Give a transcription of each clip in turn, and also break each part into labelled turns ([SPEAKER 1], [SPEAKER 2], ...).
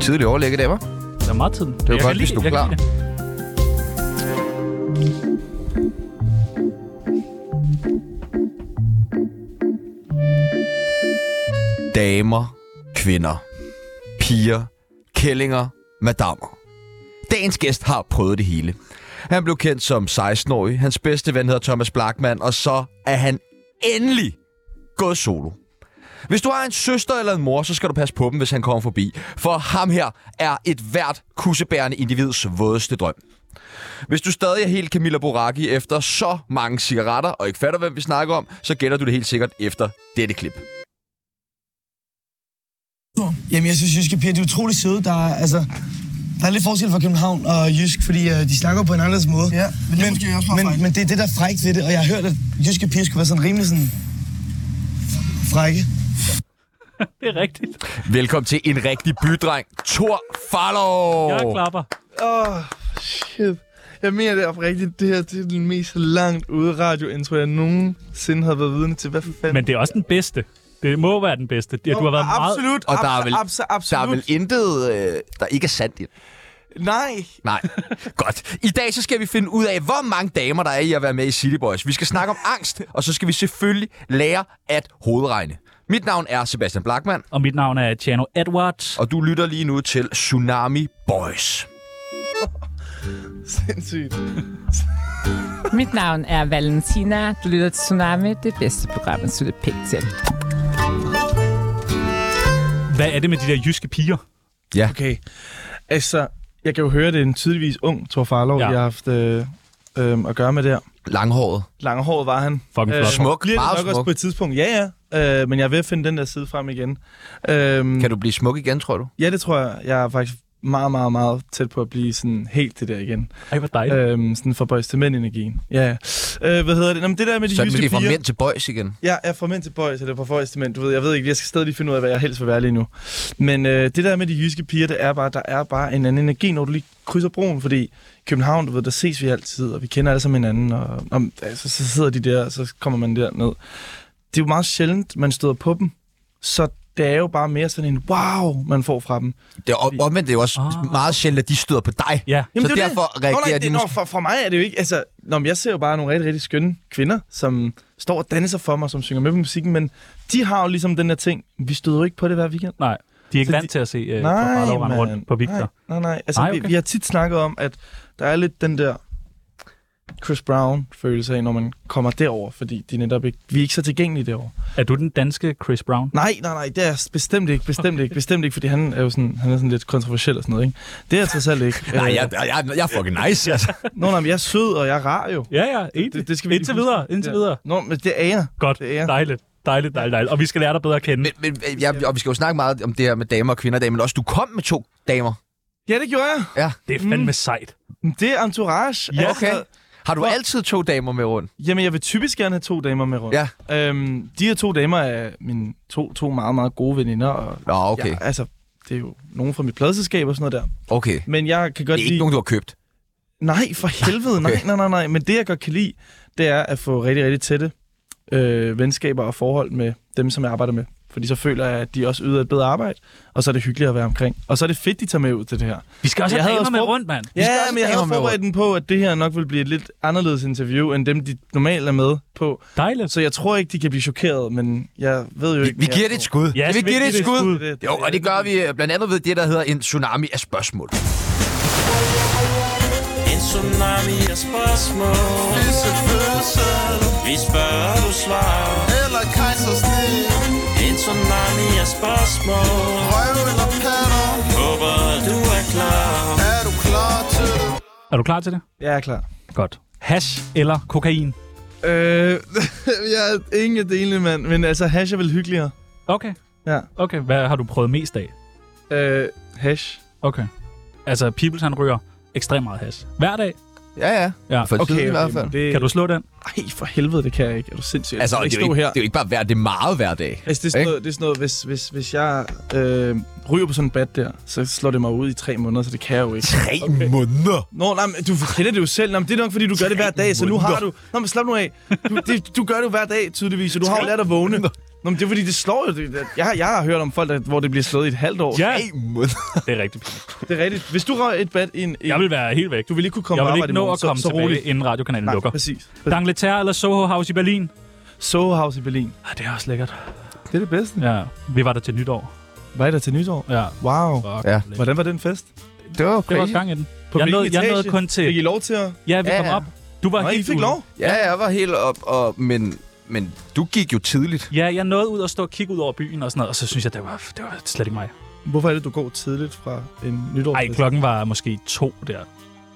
[SPEAKER 1] tidlig overlæg i dag, var?
[SPEAKER 2] Der er meget tid.
[SPEAKER 1] Det var godt, hvis du er klar. Damer, kvinder, piger, kællinger, madammer. Dagens gæst har prøvet det hele. Han blev kendt som 16-årig, hans bedste ven hedder Thomas Blackman, og så er han endelig gået solo. Hvis du har en søster eller en mor, så skal du passe på dem, hvis han kommer forbi. For ham her er et hvert kussebærende individs vådeste drøm. Hvis du stadig er helt Camilla Boracchi efter så mange cigaretter, og ikke fatter, hvem vi snakker om, så gætter du det helt sikkert efter dette klip.
[SPEAKER 3] Jamen, jeg synes, jyske piger, de er utrolig søde. Der er, altså, der er lidt forskel fra København og jysk, fordi øh, de snakker på en anderledes måde.
[SPEAKER 4] Ja, men det er måske også bare
[SPEAKER 3] men,
[SPEAKER 4] frækt.
[SPEAKER 3] men det er det, der er frækt ved det, og jeg har hørt, at jyske piger skulle være sådan rimelig sådan frække.
[SPEAKER 2] Det er rigtigt.
[SPEAKER 1] Velkommen til en rigtig bydreng, Thor Farlow.
[SPEAKER 2] Jeg klapper.
[SPEAKER 4] Åh, oh, shit. Jeg mener det oprigtigt, det her det er den mest langt ude radiointro, jeg nogensinde har været vidne til. Hvad fanden?
[SPEAKER 2] Men det er også den bedste. Det må være den bedste. Ja, Du har været meget...
[SPEAKER 4] absolut,
[SPEAKER 1] Og der er
[SPEAKER 4] abs-
[SPEAKER 1] vel,
[SPEAKER 4] abs-
[SPEAKER 1] der
[SPEAKER 4] absolut.
[SPEAKER 1] er vel intet, øh, der ikke er sandt i det.
[SPEAKER 4] Nej,
[SPEAKER 1] Nej. Godt. I dag så skal vi finde ud af, hvor mange damer der er i at være med i City Boys. Vi skal snakke om angst, og så skal vi selvfølgelig lære at hovedregne. Mit navn er Sebastian Blackman,
[SPEAKER 2] Og mit navn er Tjano Edwards.
[SPEAKER 1] og du lytter lige nu til Tsunami Boys.
[SPEAKER 4] sindssygt.
[SPEAKER 5] Mit navn er Valentina. Du lytter til Tsunami, det bedste program, man slutter pænt til.
[SPEAKER 2] Hvad er det med de der jyske piger?
[SPEAKER 4] Okay, altså, jeg kan jo høre, det er en tydeligvis ung Thor Farlov,
[SPEAKER 2] Ja.
[SPEAKER 4] ja. jeg har haft øh, øh, at gøre med der.
[SPEAKER 1] Langhåret.
[SPEAKER 4] Langhåret var han. Øh,
[SPEAKER 2] Fucking flot.
[SPEAKER 1] Smuk,
[SPEAKER 4] bliver det
[SPEAKER 1] meget
[SPEAKER 4] nok også
[SPEAKER 1] smuk.
[SPEAKER 4] på et tidspunkt. Ja, ja. Øh, men jeg er ved at finde den der side frem igen. Øhm,
[SPEAKER 1] Kan du blive smuk igen, tror du?
[SPEAKER 4] Ja, det tror jeg. Jeg er faktisk meget, meget, meget tæt på at blive sådan helt det der igen.
[SPEAKER 2] Ej, hvor dejligt.
[SPEAKER 4] Øhm, sådan fra boys til mænd energien. Ja, ja. Øh, hvad hedder det? Nå, men det der med de
[SPEAKER 1] Så er det
[SPEAKER 4] jyske
[SPEAKER 1] måske fra
[SPEAKER 4] piger.
[SPEAKER 1] mænd til boys igen.
[SPEAKER 4] Ja, jeg er fra mænd til boys, eller fra boys til mænd. Du ved, jeg ved ikke, jeg skal stadig lige finde ud af, hvad jeg helst vil være lige nu. Men øh, det der med de jyske piger, det er bare, der er bare en anden energi, når du lige krydser broen, fordi i København, du ved, der ses vi altid, og vi kender alle sammen hinanden, og, og altså, så sidder de der, og så kommer man derned. Det er jo meget sjældent, man støder på dem, så det er jo bare mere sådan en wow, man får fra dem.
[SPEAKER 1] Det er om- omvendt det er jo også
[SPEAKER 2] Ah.
[SPEAKER 1] meget sjældent, at de støder på dig.
[SPEAKER 2] Ja.
[SPEAKER 1] Så
[SPEAKER 4] det er jo
[SPEAKER 1] derfor
[SPEAKER 4] det.
[SPEAKER 1] reagerer
[SPEAKER 4] Nå, nej,
[SPEAKER 1] de
[SPEAKER 4] det,
[SPEAKER 1] måske-
[SPEAKER 4] nå, for, for mig er det jo ikke... Altså, nå, men jeg ser jo bare nogle rigtig, rigtig skønne kvinder, som står og danser for mig, som synger med på musikken, men de har jo ligesom den der ting, vi støder jo ikke på det hver weekend.
[SPEAKER 2] Nej, de er ikke
[SPEAKER 4] Så
[SPEAKER 2] vant
[SPEAKER 4] de-
[SPEAKER 2] til at se uh,
[SPEAKER 4] nej,
[SPEAKER 2] Farlow rende rundt på Victor.
[SPEAKER 4] Nej, nej, nej. Altså,
[SPEAKER 2] Nej,
[SPEAKER 4] nej, okay.
[SPEAKER 2] okay.
[SPEAKER 4] vi, vi, har tit snakket om, at der er lidt den der Chris Brown-følelse af, når man kommer derover, fordi de netop ikke, vi er ikke så tilgængelige derover.
[SPEAKER 2] Er du den danske Chris Brown?
[SPEAKER 4] Nej, nej, nej, det er jeg bestemt ikke, bestemt ikke, bestemt ikke, fordi han er jo sådan, han er sådan lidt kontroversiel og sådan noget, ikke? Det er jeg trods alt ikke.
[SPEAKER 1] Nej,
[SPEAKER 4] Øh,
[SPEAKER 1] jeg, jeg, jeg, jeg er fucking nice. Altså.
[SPEAKER 4] Nå, nej, men jeg er sød, og jeg er rar jo.
[SPEAKER 2] Ja, ja, enig.
[SPEAKER 4] det skal vi lige
[SPEAKER 2] indtil
[SPEAKER 4] huske.
[SPEAKER 2] videre, indtil
[SPEAKER 4] Ja.
[SPEAKER 2] videre.
[SPEAKER 4] Nå, men det er jeg.
[SPEAKER 2] Godt,
[SPEAKER 4] Det er jeg.
[SPEAKER 2] dejligt, dejligt, dejligt, dejligt. Og vi skal lære dig bedre at kende.
[SPEAKER 1] Men, men jeg, og vi skal jo snakke meget om det her med damer og kvinder i dag, men også du kom med to damer.
[SPEAKER 4] Ja, det gjorde jeg.
[SPEAKER 1] Ja,
[SPEAKER 2] Det er fandme sejt.
[SPEAKER 4] Men Det er entourage. Altså,
[SPEAKER 2] Ja.
[SPEAKER 1] okay. Har du altid to damer med rundt?
[SPEAKER 4] Jamen, jeg vil typisk gerne have to damer med rundt.
[SPEAKER 1] Ja.
[SPEAKER 4] Øhm, de her to damer er mine to, to meget, meget gode veninder. Og
[SPEAKER 1] Nå, okay.
[SPEAKER 4] Jeg, altså, det er jo nogen fra mit pladselskab og sådan noget der.
[SPEAKER 1] Okay.
[SPEAKER 4] Men jeg kan godt
[SPEAKER 1] Det er ikke
[SPEAKER 4] lide...
[SPEAKER 1] nogen, du har købt.
[SPEAKER 4] Nej, for helvede. Nej,
[SPEAKER 1] Okay.
[SPEAKER 4] nej, nej, nej. Men det, jeg godt kan lide, det er at få rigtig, rigtig tætte øh, venskaber og forhold med dem, som jeg arbejder med. Fordi så føler jeg, at de også yder et bedre arbejde, og så er det hyggeligt at være omkring. Og så er det fedt, de tager med ud til det her.
[SPEAKER 2] Vi skal også
[SPEAKER 4] Jeg
[SPEAKER 2] have
[SPEAKER 4] havde
[SPEAKER 2] damer
[SPEAKER 4] også
[SPEAKER 2] med
[SPEAKER 4] brugt-
[SPEAKER 2] rundt, mand.
[SPEAKER 1] Vi skal
[SPEAKER 4] Ja,
[SPEAKER 1] også
[SPEAKER 4] men jeg havde
[SPEAKER 1] damer med
[SPEAKER 4] forberedt den på, at det her nok vil blive et lidt anderledes interview, end dem, de normalt er med på.
[SPEAKER 2] Dejligt.
[SPEAKER 4] Så jeg tror ikke, de kan blive chokeret, men jeg ved jo
[SPEAKER 1] Vi,
[SPEAKER 4] ikke...
[SPEAKER 1] vi
[SPEAKER 4] mere.
[SPEAKER 1] giver det et skud.
[SPEAKER 2] Ja,
[SPEAKER 1] vi
[SPEAKER 2] vi
[SPEAKER 1] giver det
[SPEAKER 2] giver
[SPEAKER 1] et
[SPEAKER 2] det et
[SPEAKER 1] skud.
[SPEAKER 2] skud.
[SPEAKER 1] Jo, og det gør vi øh, blandt andet ved det, der hedder en tsunami af spørgsmål.
[SPEAKER 6] En tsunami af spørgsmål Visse fødsel Vi spørger, du svarer Eller kejsersnit En tsunami af spørgsmål Røv eller patter Håber, du er klar Er du klar til det?
[SPEAKER 2] Er du klar til det?
[SPEAKER 4] Jeg er klar.
[SPEAKER 2] Godt. Hash eller kokain?
[SPEAKER 4] Øh, jeg er ingen af delene, mand, men altså hash er vel hyggeligere.
[SPEAKER 2] Okay.
[SPEAKER 4] Ja.
[SPEAKER 2] Okay, hvad har du prøvet mest af?
[SPEAKER 4] Øh, hash.
[SPEAKER 2] Okay. Altså, Peoples han ryger ekstremt meget hash. Hver dag?
[SPEAKER 1] Ja, ja.
[SPEAKER 2] Ja.
[SPEAKER 1] For okay, tiden i hvert fald.
[SPEAKER 4] men Det...
[SPEAKER 2] Kan du slå den?
[SPEAKER 4] Ej, for helvede, det kan jeg ikke. Er du sindssyg?
[SPEAKER 1] Altså,
[SPEAKER 4] jeg
[SPEAKER 1] det
[SPEAKER 4] kan
[SPEAKER 1] er, jo
[SPEAKER 4] stå
[SPEAKER 1] ikke,
[SPEAKER 4] her.
[SPEAKER 1] det er jo ikke bare hver, det er meget hver dag.
[SPEAKER 4] Altså, det er sådan
[SPEAKER 1] Ikke?
[SPEAKER 4] noget, det er sådan noget hvis, hvis, hvis jeg øh, ryger på sådan en bat der, så slår det mig ud i tre måneder, så det kan jeg jo ikke.
[SPEAKER 1] Tre okay. måneder.
[SPEAKER 4] Nå, nej, men du kender det jo selv. Nå, men det er nok, fordi du gør det hver dag, så nu har du... Nå, men slap nu af. Du, det, du gør det jo hver dag, tydeligvis, så du har jo lært at vågne. Nå, men det er fordi, det slår jo. Det, det- jeg, har- jeg har hørt om folk, der, hvor det bliver slået i et halvt år.
[SPEAKER 2] Ja,
[SPEAKER 1] måned.
[SPEAKER 2] det er rigtigt. pinligt.
[SPEAKER 4] Det er rigtigt. Hvis du røg et bad ind i...
[SPEAKER 2] Jeg vil være helt væk.
[SPEAKER 4] Du vil ikke kunne
[SPEAKER 2] Jeg
[SPEAKER 4] komme på
[SPEAKER 2] vil
[SPEAKER 4] arbejde
[SPEAKER 2] ikke
[SPEAKER 4] i
[SPEAKER 2] nå
[SPEAKER 4] morgen,
[SPEAKER 2] at komme
[SPEAKER 4] så, så
[SPEAKER 2] tilbage,
[SPEAKER 4] roligt.
[SPEAKER 2] inden radiokanalen
[SPEAKER 4] Nej,
[SPEAKER 2] lukker.
[SPEAKER 4] præcis.
[SPEAKER 2] D'Angleterre eller Soho House i Berlin?
[SPEAKER 4] Soho House i Berlin.
[SPEAKER 2] Ah, det er også lækkert.
[SPEAKER 4] Det er det bedste.
[SPEAKER 2] Ja, vi var der til nytår.
[SPEAKER 4] Var I der til nytår?
[SPEAKER 2] Ja.
[SPEAKER 4] Wow.
[SPEAKER 2] Fuck.
[SPEAKER 1] Ja.
[SPEAKER 2] Hvordan?
[SPEAKER 4] Hvordan var den fest?
[SPEAKER 1] Det var
[SPEAKER 2] Det var
[SPEAKER 1] crazy.
[SPEAKER 2] gang i den.
[SPEAKER 4] På
[SPEAKER 2] jeg,
[SPEAKER 4] hvilken
[SPEAKER 2] nåede, jeg
[SPEAKER 4] etage?
[SPEAKER 2] nåede kun til...
[SPEAKER 4] Fik I lov til at...
[SPEAKER 2] Ja, vi
[SPEAKER 1] Ja,
[SPEAKER 2] kom
[SPEAKER 1] ja.
[SPEAKER 2] op. Du var
[SPEAKER 4] Nå,
[SPEAKER 2] helt
[SPEAKER 4] I fik
[SPEAKER 2] ude.
[SPEAKER 4] lov?
[SPEAKER 1] Ja, jeg var helt op, og, men, men du gik jo tidligt.
[SPEAKER 2] Ja, jeg nåede ud og stå og kigge ud over byen og sådan noget, og så synes jeg, det var, det var slet ikke mig.
[SPEAKER 4] Hvorfor er det, du går tidligt fra en nytårsfest?
[SPEAKER 2] Ej, klokken var måske to der.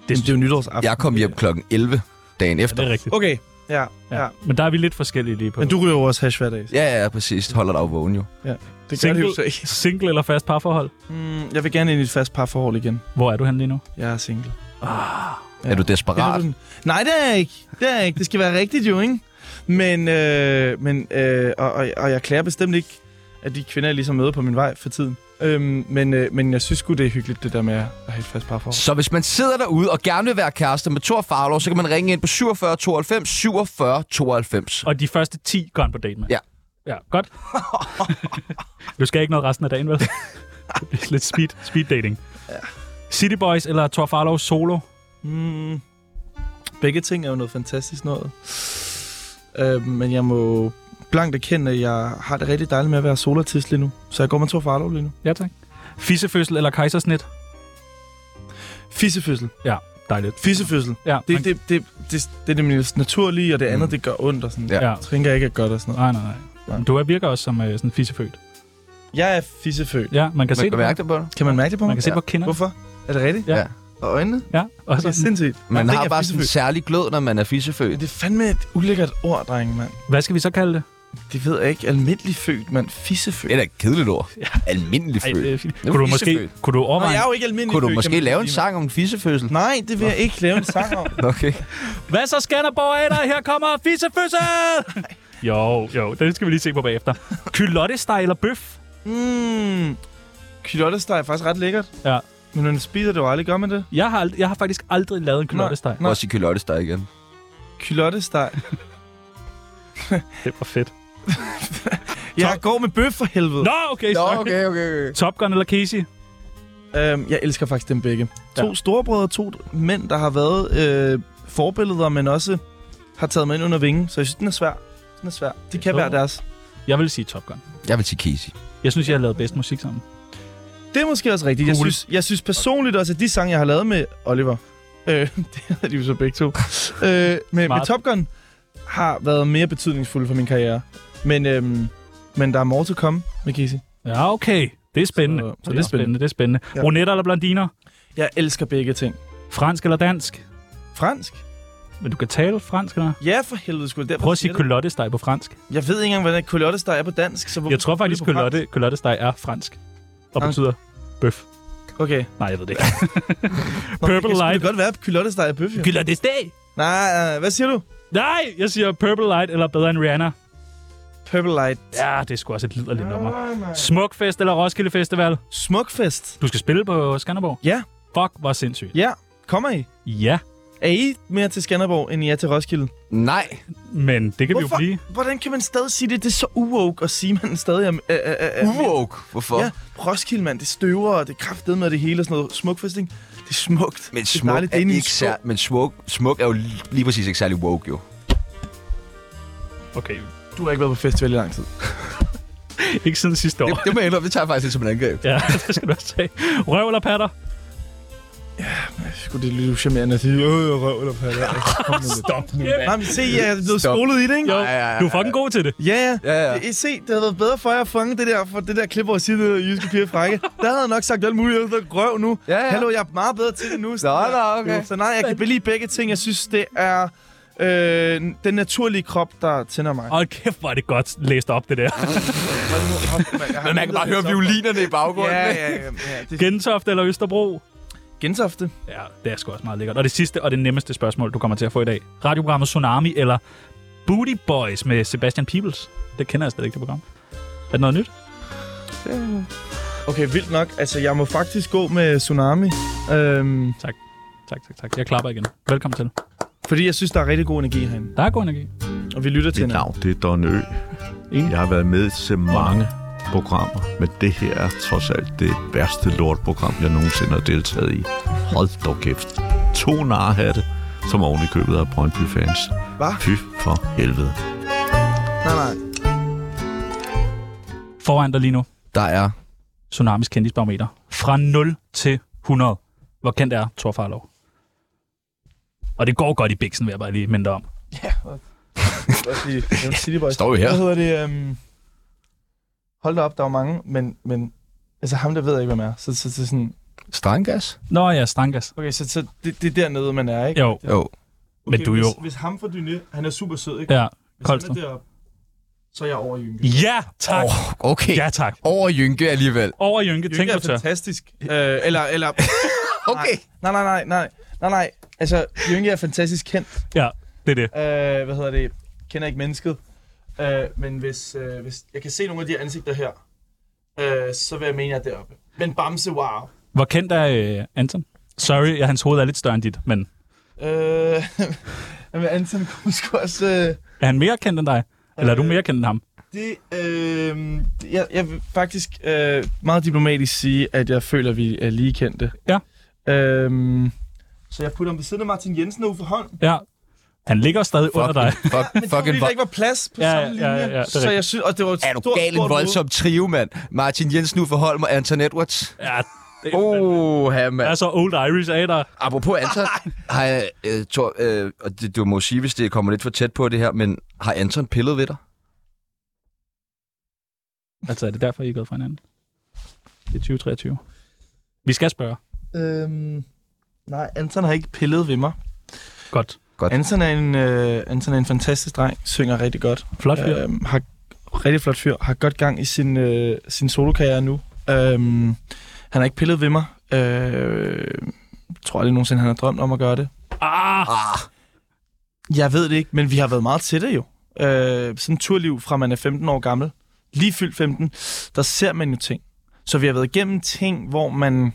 [SPEAKER 4] Det, det er jo nytårsaften.
[SPEAKER 1] Jeg kom hjem kl. 11 dagen
[SPEAKER 2] Det
[SPEAKER 1] efter.
[SPEAKER 2] er rigtigt.
[SPEAKER 4] Okay, ja.
[SPEAKER 2] Ja.
[SPEAKER 4] ja.
[SPEAKER 2] Men der er vi lidt forskellige lige på.
[SPEAKER 4] Men du ryger jo også hash hver dag.
[SPEAKER 1] Ja, ja, præcis. Holder dig jo vågen jo.
[SPEAKER 4] Det gør det
[SPEAKER 2] Single.
[SPEAKER 4] jo så ikke.
[SPEAKER 2] Single eller fast parforhold?
[SPEAKER 4] Mm, jeg vil gerne ind i et fast parforhold igen.
[SPEAKER 2] Hvor er du henne lige nu?
[SPEAKER 4] Jeg er single.
[SPEAKER 1] Er du
[SPEAKER 4] Kender
[SPEAKER 1] desperat?
[SPEAKER 4] du den? Nej, det er jeg ikke. Det er jeg ikke. Det skal være rigtigt jo, ikke? Men, øh, men øh, og, og, og jeg klager bestemt ikke, at de kvinder, jeg ligesom møder på min vej for tiden. Øhm, men, øh, men jeg synes sgu, det er hyggeligt, det der med at have et fast parforhold.
[SPEAKER 1] Så hvis man sidder derude og gerne vil være kæreste med Thor Farlov, så kan man ringe ind på 47 92 47 92.
[SPEAKER 2] Og de første 10 går han på date med?
[SPEAKER 1] Ja.
[SPEAKER 2] Ja, godt. du skal ikke noget resten af dagen, vel? Det er lidt speed, speed dating. City Boys eller Thor Farlow solo?
[SPEAKER 4] Mm. Begge ting er jo noget fantastisk noget. Øh, men jeg må blankt erkende, at jeg har det rigtig dejligt med at være solartist lige nu. Så jeg går med to farlov lige nu.
[SPEAKER 2] Ja, tak. Fissefødsel eller kejsersnit?
[SPEAKER 4] Fissefødsel.
[SPEAKER 2] Ja, dejligt.
[SPEAKER 4] Fissefødsel.
[SPEAKER 2] Ja,
[SPEAKER 4] Det,
[SPEAKER 2] man-
[SPEAKER 4] det, det, det, det er det mest naturlige, og det andet,
[SPEAKER 1] Mm.
[SPEAKER 4] det gør ondt og sådan.
[SPEAKER 1] Ja.
[SPEAKER 2] Ja.
[SPEAKER 4] Trinker ikke er godt og sådan noget.
[SPEAKER 2] Nej, nej, nej. Men Du er- virker også som øh, sådan fissefødt.
[SPEAKER 4] Jeg er fissefødt.
[SPEAKER 2] Ja, man kan se
[SPEAKER 1] Man kan
[SPEAKER 2] det.
[SPEAKER 1] mærke det på dig.
[SPEAKER 4] Kan man mærke det på mig?
[SPEAKER 2] Man kan se på kinderne.
[SPEAKER 4] Hvorfor? Er det rigtigt?
[SPEAKER 2] Ja.
[SPEAKER 1] Ja.
[SPEAKER 4] Og øjnene?
[SPEAKER 2] Ja, og
[SPEAKER 4] Det er
[SPEAKER 2] så,
[SPEAKER 4] sindssygt.
[SPEAKER 1] Man
[SPEAKER 4] Ja, det
[SPEAKER 1] har
[SPEAKER 4] er
[SPEAKER 1] bare sådan en
[SPEAKER 4] fissefødt.
[SPEAKER 1] særlig glød, når man er
[SPEAKER 4] Men
[SPEAKER 1] fissefødt.
[SPEAKER 4] det er fandme et ulækkert ord, drenge, mand.
[SPEAKER 2] hvad skal vi så kalde det?
[SPEAKER 4] Det ved jeg ikke. Almindelig født, mand. Fissefødt.
[SPEAKER 1] Det er da et kedeligt ord. Almindelig
[SPEAKER 2] Ej,
[SPEAKER 1] født.
[SPEAKER 2] det er fint.
[SPEAKER 1] er
[SPEAKER 2] Kunne du måske
[SPEAKER 1] fissefødt.
[SPEAKER 2] kunne du
[SPEAKER 4] Nå,
[SPEAKER 2] overveje?
[SPEAKER 4] jeg er jo ikke almindelig
[SPEAKER 1] Kunne du
[SPEAKER 4] født, kan
[SPEAKER 1] måske
[SPEAKER 4] man
[SPEAKER 1] lave en
[SPEAKER 4] sige,
[SPEAKER 1] sang om en fissefødsel?
[SPEAKER 4] mand. Nej, det vil jeg ikke lave en sang om.
[SPEAKER 1] Okay.
[SPEAKER 2] Hvad så, Skanderborg der? Her kommer fissefødsel! jo, jo, den skal vi lige se på bagefter. Kylottesteg eller bøf?
[SPEAKER 4] Mm. Kylottesteg er faktisk ret lækkert.
[SPEAKER 2] Ja.
[SPEAKER 4] Men man spiser det jo aldrig, gør man det?
[SPEAKER 2] Jeg har, ald- jeg har faktisk aldrig lavet en kylottesteg.
[SPEAKER 1] Prøv at sige kylottesteg igen.
[SPEAKER 4] Kylottesteg.
[SPEAKER 2] Det var fedt.
[SPEAKER 4] Jeg går med bøf for helvede.
[SPEAKER 2] Nå, okay, Nå, okay.
[SPEAKER 1] okay, okay.
[SPEAKER 2] Top Gun eller Casey?
[SPEAKER 4] Øhm, jeg elsker faktisk dem begge. To
[SPEAKER 2] Ja.
[SPEAKER 4] storebrødre, to mænd, der har været øh, forbilleder, men også har taget mig ind under vingen. Så jeg synes, den er svær. Den er svær. De kan
[SPEAKER 2] Så-
[SPEAKER 4] være deres.
[SPEAKER 2] Jeg vil sige Top Gun.
[SPEAKER 1] Jeg vil sige Casey.
[SPEAKER 2] Jeg synes, jeg har lavet bedst musik sammen.
[SPEAKER 4] Det er måske også rigtigt. Jeg
[SPEAKER 2] Cool.
[SPEAKER 4] synes, jeg synes personligt også, at de sange, jeg har lavet med Oliver, øh, det havde de jo så begge to, øh, med, med
[SPEAKER 2] Smart.
[SPEAKER 4] Top Gun, har været mere betydningsfulde for min karriere. Men, øhm, men der er more to come med Casey.
[SPEAKER 2] Ja, okay. Det er spændende.
[SPEAKER 4] Så- så det er spændende.
[SPEAKER 2] Det er spændende.
[SPEAKER 4] Ja.
[SPEAKER 2] Brunetter eller blondiner?
[SPEAKER 4] Jeg elsker begge ting.
[SPEAKER 2] Fransk eller dansk?
[SPEAKER 4] Fransk?
[SPEAKER 2] Men du kan tale fransk, eller?
[SPEAKER 4] Ja, for helvede skulle det.
[SPEAKER 2] Prøv at sige kylottesteg på fransk.
[SPEAKER 4] Jeg ved ikke engang, hvordan kulottesteg er på dansk. Så hvorfor
[SPEAKER 2] Jeg tror
[SPEAKER 4] skulle
[SPEAKER 2] faktisk,
[SPEAKER 4] det på fransk?
[SPEAKER 2] kylotte, kylottesteg er fransk. Og
[SPEAKER 4] Nå.
[SPEAKER 2] betyder bøf.
[SPEAKER 4] Okay.
[SPEAKER 2] Nej, jeg ved det ikke.
[SPEAKER 4] Nå,
[SPEAKER 2] Purple
[SPEAKER 4] det kan sgu
[SPEAKER 2] Light.
[SPEAKER 4] Det godt være, at kulottesteg er bøf. jo.
[SPEAKER 2] Kylottesteg!
[SPEAKER 4] Nej, øh, hvad siger du?
[SPEAKER 2] Nej, jeg siger Purple Light eller bedre end Rihanna.
[SPEAKER 4] Purple Light.
[SPEAKER 2] Ja, det er sgu også et liderligt nummer.
[SPEAKER 4] nej.
[SPEAKER 2] Smukfest eller Roskilde Festival?
[SPEAKER 4] Smukfest.
[SPEAKER 2] Du skal spille på Skanderborg?
[SPEAKER 4] Ja.
[SPEAKER 2] Fuck, hvor sindssygt.
[SPEAKER 4] Ja, kommer I?
[SPEAKER 2] Ja,
[SPEAKER 4] Er I mere til Skanderborg, end I er til Roskilde?
[SPEAKER 1] Nej.
[SPEAKER 2] men det kan vi jo blive.
[SPEAKER 4] Hvordan kan man stadig sige det? Det er så uwoke at sige, man stadig er... Øh, øh, øh, øh,
[SPEAKER 1] Uwoke. Hvorfor?
[SPEAKER 4] Ja, Roskilde, mand. Det støver, og det er kraftedeme med det hele og sådan noget. Smukfest, ikke? Det er smukt.
[SPEAKER 1] Men
[SPEAKER 4] det er
[SPEAKER 1] smuk er,
[SPEAKER 4] dejligt, det er inde i en
[SPEAKER 1] ikke
[SPEAKER 4] skov.
[SPEAKER 1] sær, men smuk, smuk er jo li- lige præcis ikke særlig woke, jo.
[SPEAKER 2] Okay,
[SPEAKER 4] Du har ikke været på festival i lang tid.
[SPEAKER 2] ikke siden sidste år.
[SPEAKER 1] Det, det må jeg indrømme, det tager jeg faktisk lidt som en angreb.
[SPEAKER 2] Ja, det skal du også sige. Røv eller patter?
[SPEAKER 4] Skulle det lyde charmerende at sige, øh, jeg røv eller patter. Kom nu lidt.
[SPEAKER 2] Stop nu, mand.
[SPEAKER 4] Nej, men se, jeg er blevet
[SPEAKER 1] Stop.
[SPEAKER 4] skolet i det, ikke?
[SPEAKER 2] Jo,
[SPEAKER 1] Ja, ja, ja,
[SPEAKER 2] du er fucking god til det.
[SPEAKER 4] Ja, ja.
[SPEAKER 1] Ja, ja.
[SPEAKER 4] I se, det havde været bedre for jer at fange det der, for det der klip, hvor jeg siger, det der jyske piger er frække. Der havde jeg nok sagt alt muligt, jeg er røv nu.
[SPEAKER 1] Ja, ja.
[SPEAKER 4] Hallo, jeg er meget bedre til det nu.
[SPEAKER 1] Nå, nå, okay.
[SPEAKER 4] Så nej, jeg kan belide begge ting. Jeg synes, det er øh, den naturlige krop, der tænder mig.
[SPEAKER 2] Hold kæft, hvor er det godt læst op, det der.
[SPEAKER 4] Men
[SPEAKER 1] violinerne i baggrunden.
[SPEAKER 4] Ja, ja, ja. ja. Det er
[SPEAKER 2] Gentofte eller Østerbro?
[SPEAKER 4] Gentofte.
[SPEAKER 2] Ja, det er sgu også meget lækkert. Og det sidste og det nemmeste spørgsmål, du kommer til at få i dag. Radioprogrammet Tsunami eller Booty Boys med Sebastian Peebles? Det kender jeg slet ikke, det program. Er det noget nyt?
[SPEAKER 4] Okay, vildt nok. Altså, jeg må faktisk gå med Tsunami. Øhm,
[SPEAKER 2] Tak, tak, tak. Jeg klapper igen. Velkommen til.
[SPEAKER 4] fordi jeg synes, der er rigtig god energi herinde.
[SPEAKER 2] Der er god energi.
[SPEAKER 4] Og vi lytter til hinanden.
[SPEAKER 7] navn, det er Don Ø.
[SPEAKER 2] Enig.
[SPEAKER 7] Jeg har været med til mange programmer, men det her er trods alt det værste lortprogram, jeg nogensinde har deltaget i. Hold dog kæft. To narhatte, som oven i købet af Brøndby-fans.
[SPEAKER 4] Hva?
[SPEAKER 7] Fy for helvede.
[SPEAKER 4] Nej, nej.
[SPEAKER 2] Foran dig lige nu.
[SPEAKER 1] Der er
[SPEAKER 2] Tsunamis kendisbarometer. Fra 0 til 100. Hvor kendt er Thor Farlov? Og det går godt i biksen, vil jeg bare lige minde dig om.
[SPEAKER 4] Også lige nævne City Boys.
[SPEAKER 1] står vi her.
[SPEAKER 4] Hvad hedder det? Um... Hold da op, der var mange, men, men altså ham der ved jeg ikke, hvem er. Så, så, så sådan,
[SPEAKER 1] Strangas?
[SPEAKER 2] Nå ja, Stankas.
[SPEAKER 4] okay, så, så det, det er dernede, man er, ikke?
[SPEAKER 2] Jo,
[SPEAKER 1] Jo.
[SPEAKER 4] okay,
[SPEAKER 2] men du er
[SPEAKER 4] hvis,
[SPEAKER 2] jo-
[SPEAKER 4] Hvis ham fra Dyne, han er super sød, ikke?
[SPEAKER 2] ja.
[SPEAKER 4] hvis
[SPEAKER 2] Kolstrup.
[SPEAKER 4] han er deroppe, så er jeg over i Jynke.
[SPEAKER 2] Ja, tak. Oh.
[SPEAKER 1] Oh, okay.
[SPEAKER 2] Ja, tak.
[SPEAKER 1] Over Jynke alligevel.
[SPEAKER 2] Over Jynke,
[SPEAKER 4] Jynke
[SPEAKER 2] tænk
[SPEAKER 4] er
[SPEAKER 2] på tør.
[SPEAKER 4] fantastisk. Øh, eller, eller...
[SPEAKER 1] Okay.
[SPEAKER 4] Nej, nej, nej, nej. Nej, nej. Altså, Jynke er fantastisk kendt.
[SPEAKER 2] Ja, det er det.
[SPEAKER 4] Øh, hvad hedder det? Kender ikke mennesket. Øh, men hvis, øh, hvis jeg kan se nogle af de her ansigter her, øh, så vil jeg mene, at jeg er deroppe. Men Bamse, wow.
[SPEAKER 2] Hvor kendt er øh, Anton? Sorry, ja, hans hoved er lidt større end dit, men
[SPEAKER 4] Øh, men Anton kunne sgu også... Øh,
[SPEAKER 2] er han mere kendt end dig? Eller er du mere kendt end ham?
[SPEAKER 4] det, øh, jeg, jeg vil faktisk øh, meget diplomatisk sige, at jeg føler, at vi er lige kendte.
[SPEAKER 2] Ja.
[SPEAKER 4] Øh, så jeg putter ham ved siden af Martin Jensen og Uffe Holm.
[SPEAKER 2] Ja. Han ligger stadig Fuck. under dig.
[SPEAKER 1] Fuck, fucking
[SPEAKER 4] Men det var fordi, der ikke var plads på
[SPEAKER 2] Ja,
[SPEAKER 4] ja,
[SPEAKER 2] ja,
[SPEAKER 4] samme linje.
[SPEAKER 2] ja, ja, det er
[SPEAKER 4] så
[SPEAKER 2] rigtigt.
[SPEAKER 4] jeg synes, og det var et
[SPEAKER 1] Er du
[SPEAKER 4] stort,
[SPEAKER 1] gal en
[SPEAKER 4] stort
[SPEAKER 1] voldsom trio, mand? Martin Jensen, Uffe Holm og Anton Edwards.
[SPEAKER 2] Ja, det
[SPEAKER 1] Oh, her,
[SPEAKER 2] er
[SPEAKER 1] mand.
[SPEAKER 2] så old Irish af dig.
[SPEAKER 1] Apropos Anton, har jeg, øh, tror, øh, og det, du må sige, hvis det kommer lidt for tæt på det her, men har Anton pillet ved dig?
[SPEAKER 2] Altså, er det derfor, I er gået fra hinanden? Det er 2023. Vi skal spørge.
[SPEAKER 4] rod. Øhm, nej, Anton har ikke pillet ved mig.
[SPEAKER 2] Godt.
[SPEAKER 1] Godt.
[SPEAKER 4] Anton er en, øh, Anton er en fantastisk dreng, synger rigtig godt.
[SPEAKER 2] Flot fyr.
[SPEAKER 1] Øh.
[SPEAKER 4] Øhm, har rigtig flot fyr, har godt gang i sin, øh, sin solokarriere nu. Øhm, han har ikke pillet ved mig. Øh, jeg tror aldrig nogensinde, han har drømt om at gøre det.
[SPEAKER 2] Ah,
[SPEAKER 4] Jeg ved det ikke, men vi har været meget tætte jo. Øh, sådan et turliv fra man er 15 år gammel, lige fyldt 15, der ser man jo ting. Så vi har været igennem ting, hvor man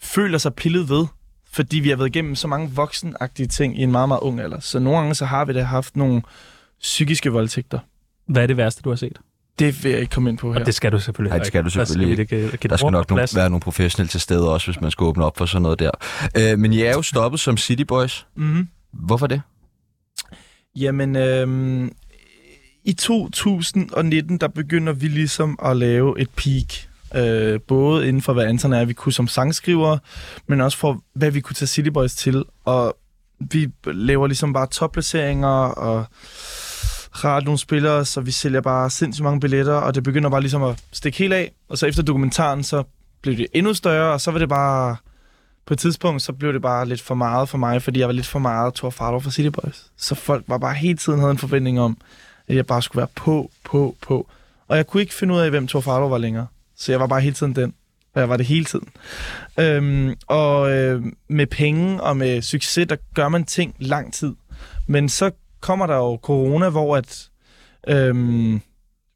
[SPEAKER 4] føler sig pillet ved, fordi vi har været igennem så mange voksenagtige ting i en meget, meget ung alder. Så nogle gange så har vi da haft nogle psykiske voldtægter.
[SPEAKER 2] hvad er det værste, du har set?
[SPEAKER 4] Det vil jeg ikke komme ind på her.
[SPEAKER 2] Og det skal du selvfølgelig
[SPEAKER 1] Nej, det skal du selvfølgelig
[SPEAKER 2] ikke. øh, Der skal, ikke.
[SPEAKER 1] Der skal nok nogle, være nogle professionelle til stede også, hvis man skal åbne op for sådan noget der. Øh, men jeg er jo stoppet som City Boys.
[SPEAKER 4] Mm-hmm.
[SPEAKER 1] Hvorfor det?
[SPEAKER 4] Jamen, øhm, i 2019, der begynder vi ligesom at lave et peak. Øh, både inden for, hvad Anton er, vi kunne som sangskrivere, men også for, hvad vi kunne tage City Boys til. Og vi laver ligesom bare topplaceringer og rart nogle spillere, så vi sælger bare sindssygt mange billetter, og det begynder bare ligesom at stikke helt af. Og så efter dokumentaren, så blev det endnu større, og så var det bare... På et tidspunkt, så blev det bare lidt for meget for mig, fordi jeg var lidt for meget Thor Farlow fra City Boys. Så folk var bare hele tiden havde en forventning om, at jeg bare skulle være på, på, på. Og jeg kunne ikke finde ud af, hvem Thor Farlow var længere. Så jeg var bare hele tiden den. Og jeg var det hele tiden. Øhm, og øh, med penge og med succes, der gør man ting lang tid. Men så kommer der jo corona, hvor at, øhm,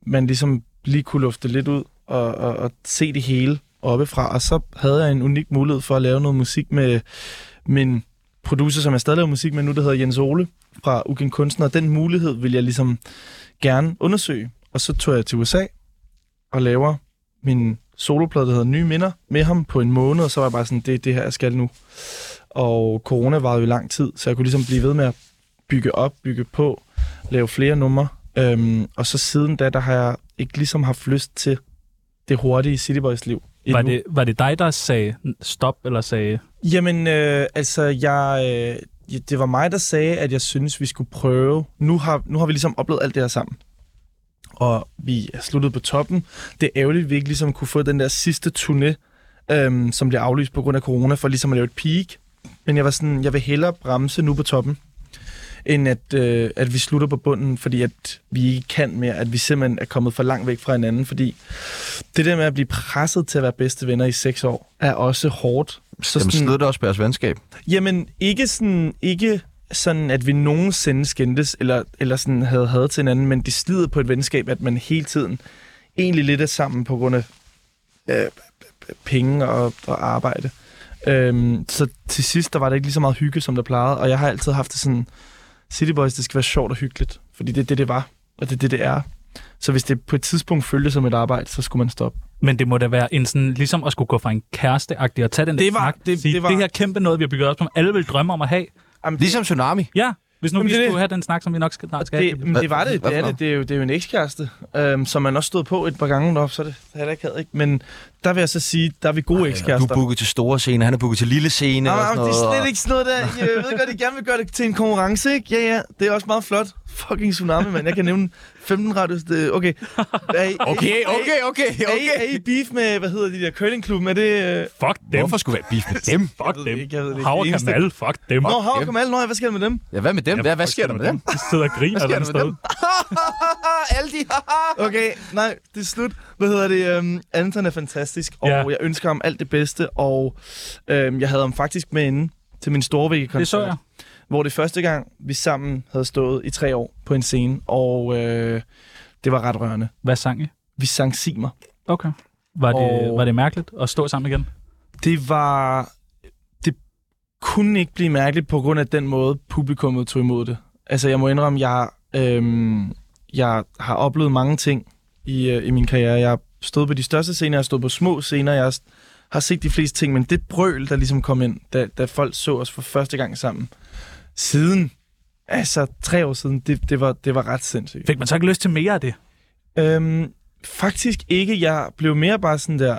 [SPEAKER 4] man ligesom lige kunne lufte lidt ud og, og, og se det hele oppefra. Og så havde jeg en unik mulighed for at lave noget musik med min producer, som jeg stadig laver musik med nu, der hedder Jens Ole fra Ugen Kunstner. Den mulighed vil jeg ligesom gerne undersøge. Og så tog jeg til USA og laver min soloplade, der hedder Nye Minder, med ham på en måned, og så var jeg bare sådan, det er det her, jeg skal nu. Og corona varede jo i lang tid, så jeg kunne ligesom blive ved med at bygge op, bygge på, lave flere numre. Øhm, og så siden da, der har jeg ikke ligesom haft lyst til det hurtige City Boys liv.
[SPEAKER 2] Var
[SPEAKER 4] endnu.
[SPEAKER 2] det, var det dig, der sagde stop, eller sagde...
[SPEAKER 4] Jamen, øh, altså, jeg, øh, ja, det var mig, der sagde, at jeg synes, vi skulle prøve. Nu har, nu har vi ligesom oplevet alt det her sammen. Og vi er sluttet på toppen. Det er ærgerligt, at vi ikke ligesom kunne få den der sidste turné, øhm, som bliver aflyst på grund af corona, for ligesom at lave et peak. Men jeg var sådan, jeg vil hellere bremse nu på toppen, end at, øh, at vi slutter på bunden, fordi at vi ikke kan mere, at vi simpelthen er kommet for langt væk fra hinanden, fordi det der med at blive presset til at være bedste venner i seks år, er også hårdt. Så
[SPEAKER 1] Jamen,
[SPEAKER 4] sådan-
[SPEAKER 1] slid det også på jeres venskab.
[SPEAKER 4] Jamen, ikke sådan, ikke sådan, at vi nogensinde skændtes, eller, eller sådan havde had til hinanden, men det slider på et venskab, at man hele tiden egentlig lidt er sammen på grund af øh, penge og, og arbejde. Øhm, så til sidst, der var der ikke lige så meget hygge, som der plejede, og jeg har altid haft det sådan, City Boys, det skal være sjovt og hyggeligt, fordi det er det, det var, og det er det, det er. Så hvis det på et tidspunkt følte som et arbejde, så skulle man stoppe.
[SPEAKER 2] Men det må da være en sådan, ligesom at skulle gå fra en kæreste og tage den der
[SPEAKER 4] Det var-
[SPEAKER 2] snak,
[SPEAKER 4] det-
[SPEAKER 2] sige,
[SPEAKER 4] det var-
[SPEAKER 2] det her kæmpe noget, vi har bygget op, som alle vil drømme om at have.
[SPEAKER 4] Jamen,
[SPEAKER 1] Ligesom tsunami.
[SPEAKER 2] Ja, hvis nu
[SPEAKER 4] Jamen,
[SPEAKER 2] vi
[SPEAKER 4] det er
[SPEAKER 2] skulle
[SPEAKER 4] det.
[SPEAKER 2] have den snak, som vi nok skal, snart skal
[SPEAKER 4] det,
[SPEAKER 2] have.
[SPEAKER 4] men det var det.
[SPEAKER 1] Hvad for
[SPEAKER 4] Det er,
[SPEAKER 1] noget?
[SPEAKER 4] det, det, er jo, det er jo en ekskæreste, øhm, som man også stod på et par gange op, så er det det er heller ikke, ikke. Men der vil jeg så sige, der er vi gode
[SPEAKER 1] Du
[SPEAKER 4] ekskærester.
[SPEAKER 1] er booket til store scener, han er booket til lille scene. og
[SPEAKER 4] Nej,
[SPEAKER 1] sådan
[SPEAKER 4] nej, det er
[SPEAKER 1] noget,
[SPEAKER 4] slet
[SPEAKER 1] og-
[SPEAKER 4] ikke sådan noget der. Jeg ved godt, I gerne vil gøre det til en konkurrence, ikke? Ja, ja, det er også meget flot. Fucking tsunami, mand. Jeg kan nævne 15 radios. Det, okay. Er I,
[SPEAKER 1] Okay,
[SPEAKER 4] er I-
[SPEAKER 1] okay, okay,
[SPEAKER 4] Er I, er
[SPEAKER 1] okay.
[SPEAKER 4] I beef med, hvad hedder de der, curlingklubben? Er det... Øh,
[SPEAKER 2] Fuck dem.
[SPEAKER 1] Hvorfor skulle være beef med dem?
[SPEAKER 2] Fuck
[SPEAKER 4] ved
[SPEAKER 2] dem.
[SPEAKER 4] det ikke, jeg ved det ikke.
[SPEAKER 2] Hav
[SPEAKER 4] Det eneste-
[SPEAKER 2] Kamal, fuck dem.
[SPEAKER 4] Nå, Hav
[SPEAKER 1] dem.
[SPEAKER 4] og Kamal, nå, hvad sker der med dem?
[SPEAKER 1] Ja, hvad med dem? Hvad, hvad sker der med dem?
[SPEAKER 2] De sidder og griner
[SPEAKER 1] Hvad sker
[SPEAKER 2] et
[SPEAKER 1] der
[SPEAKER 2] andet
[SPEAKER 1] med
[SPEAKER 2] sted.
[SPEAKER 1] dem? Alle de...
[SPEAKER 4] Okay, nej, det er slut. Hvad hedder det? Øhm, Anton er fantastisk, og
[SPEAKER 2] Ja.
[SPEAKER 4] ja. jeg ønsker ham alt det bedste, og øhm, jeg havde ham faktisk med inde til min store
[SPEAKER 2] Det så jeg.
[SPEAKER 4] koncert hvor det første gang, vi sammen havde stået i tre år på en scene, og øh, det var ret rørende.
[SPEAKER 2] Hvad sang I?
[SPEAKER 4] Vi sang Simer.
[SPEAKER 2] Okay. Var det,
[SPEAKER 4] Og-
[SPEAKER 2] var det mærkeligt at stå sammen igen?
[SPEAKER 4] Det var... Det kunne ikke blive mærkeligt på grund af den måde, publikummet tog imod det. Altså, jeg må indrømme, jeg, øhm, jeg har oplevet mange ting i, øh, i min karriere. Jeg har stået på de største scener, jeg har stået på små scener, jeg har, s- har set de fleste ting, men det brøl, der ligesom kom ind, da, da folk så os for første gang sammen, siden, altså tre år siden, det, det, var, det var ret sindssygt.
[SPEAKER 2] Fik man så ikke lyst til mere af det?
[SPEAKER 4] Øhm, faktisk ikke. Jeg blev mere bare sådan der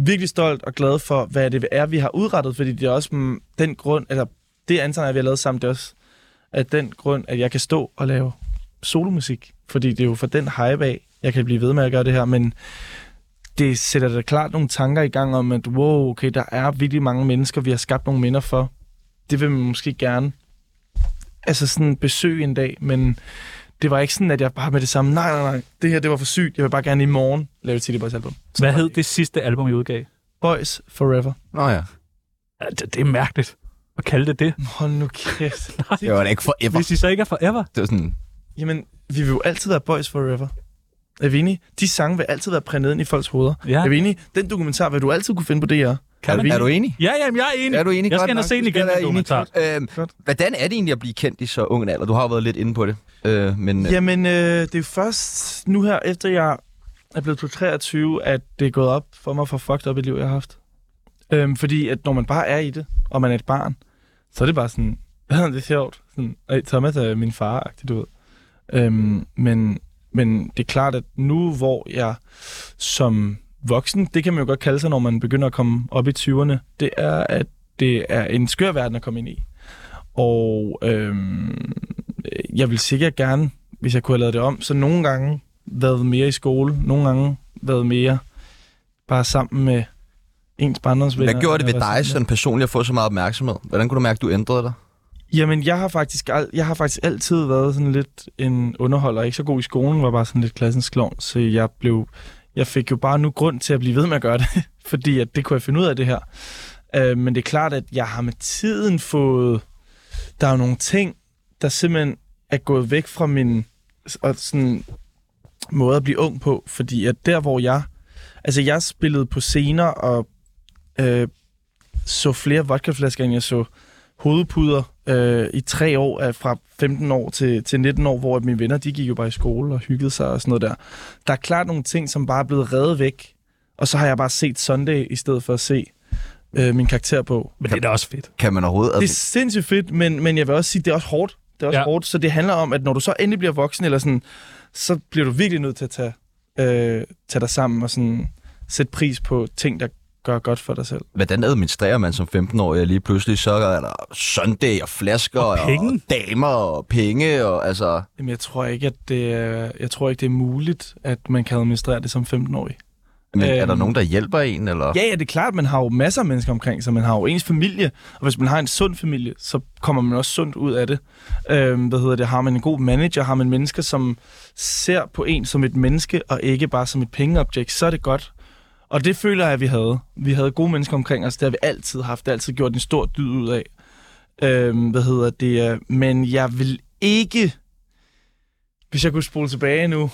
[SPEAKER 4] virkelig stolt og glad for, hvad det er, vi har udrettet, fordi det er også mm, den grund, eller det Anton og jeg, vi har lavet sammen, det er også at den grund, at jeg kan stå og lave solomusik, fordi det er jo for den hype af, jeg kan blive ved med at gøre det her, men det sætter da klart nogle tanker i gang om, at wow, okay, der er virkelig mange mennesker, vi har skabt nogle minder for. Det vil man måske gerne altså sådan besøge en dag, men det var ikke sådan, at jeg bare med det samme, nej, nej, nej, det her, det var for sygt, jeg vil bare gerne i morgen lave et City Boys album.
[SPEAKER 2] Hvad hed det sidste album, I udgav?
[SPEAKER 4] Boys Forever.
[SPEAKER 1] Nå ja.
[SPEAKER 2] Ja, Det, det er mærkeligt at kalde det det.
[SPEAKER 4] Hold nu kæft.
[SPEAKER 1] Det var da ikke forever.
[SPEAKER 2] Hvis I så ikke er forever.
[SPEAKER 1] Det var sådan...
[SPEAKER 4] Jamen, vi vil jo altid være Boys Forever. Er vi enige? De sange vil altid være printet ind i folks hoveder.
[SPEAKER 2] Ja,
[SPEAKER 4] Er vi enige? Den dokumentar vil du altid kunne finde på DR.
[SPEAKER 2] kan man.
[SPEAKER 1] Er du enig?
[SPEAKER 2] Ja, jamen, jeg er enig.
[SPEAKER 1] Er du enig?
[SPEAKER 2] Jeg skal
[SPEAKER 1] Godt
[SPEAKER 2] ind og
[SPEAKER 1] nok.
[SPEAKER 2] se den
[SPEAKER 1] Du skal
[SPEAKER 2] igen, den
[SPEAKER 1] være enig.
[SPEAKER 2] dokumentar.
[SPEAKER 1] Øhm,
[SPEAKER 4] Godt.
[SPEAKER 1] hvordan er det egentlig at blive kendt i så ung en alder? Du har jo været lidt inde på det. Øh, men øh,
[SPEAKER 4] Jamen, øh, det er jo først nu her, efter jeg er blevet på 23, at det er gået op for mig, for fucked op et liv, jeg har haft. Øhm, fordi at når man bare er i det, og man er et barn, så er det bare sådan, det er sjovt. Sådan, "Ej, Thomas er min far, du ved. Øhm, men, men det er klart, at nu hvor jeg som voksen, det kan man jo godt kalde sig, når man begynder at komme op i 20'erne, det er, at det er en skør verden at komme ind i. Og øhm, jeg vil sikkert gerne, hvis jeg kunne have lavet det om, så nogle gange været mere i skole, nogle gange været mere bare sammen med ens barndomsvenner.
[SPEAKER 1] hvad gjorde det ved
[SPEAKER 4] Eller
[SPEAKER 1] dig
[SPEAKER 4] sådan
[SPEAKER 1] sådan personligt at få så meget opmærksomhed? Hvordan kunne du mærke, at du ændrede dig?
[SPEAKER 4] Jamen, jeg har faktisk, al- jeg har faktisk altid været sådan lidt en underholder. Ikke så god i skolen, var bare sådan lidt klassens klovn, så jeg blev... Jeg fik jo bare nu grund til at blive ved med at gøre det, fordi at det kunne jeg finde ud af det her. Øh, men det er klart, at jeg har med tiden fået... Der er jo nogle ting, der simpelthen er gået væk fra min og sådan, måde at blive ung på, fordi at der, hvor jeg... Altså, jeg spillede på scener og øh, så flere vodkaflasker, end jeg så hovedpuder øh, i tre år, af, fra 15 år til, til 19 år, hvor at mine venner, de gik jo bare i skole og hyggede sig og sådan noget der. Der er klart nogle ting, som bare er blevet reddet væk, og så har jeg bare set Sunday i stedet for at se øh, min karakter på.
[SPEAKER 2] Men det er da også fedt.
[SPEAKER 1] Kan man overhovedet...
[SPEAKER 4] Det er
[SPEAKER 1] Altså,
[SPEAKER 4] sindssygt fedt, men, men jeg vil også sige, det er også hårdt. Det er også
[SPEAKER 2] Ja.
[SPEAKER 4] ja. hårdt, så det handler om, at når du så endelig bliver voksen, eller sådan, så bliver du virkelig nødt til at tage, øh, tage dig sammen og sådan, sætte pris på ting, der gør godt for dig selv.
[SPEAKER 1] hvordan administrerer man som 15-årig lige pludselig? Så er der Sunday og flasker og,
[SPEAKER 2] penge.
[SPEAKER 1] og damer og penge og altså...
[SPEAKER 4] Jamen, jeg tror ikke, at det er, jeg tror ikke, det er muligt, at man kan administrere det som 15-årig.
[SPEAKER 1] Men er
[SPEAKER 4] Øhm.
[SPEAKER 1] der nogen, der hjælper en? Eller?
[SPEAKER 4] Ja, ja, det er klart, man har jo masser af mennesker omkring sig. Man har jo ens familie, og hvis man har en sund familie, så kommer man også sundt ud af det. Øhm, hvad hedder det? Har man en god manager? Har man mennesker, som ser på en som et menneske, og ikke bare som et pengeobjekt, så er det godt. Og det føler jeg, at vi havde. Vi havde gode mennesker omkring os. Det har vi altid haft. Det har altid gjort en stor dyd ud af. Øhm, hvad hedder det? øh, Men jeg vil ikke... Hvis jeg kunne spole tilbage nu...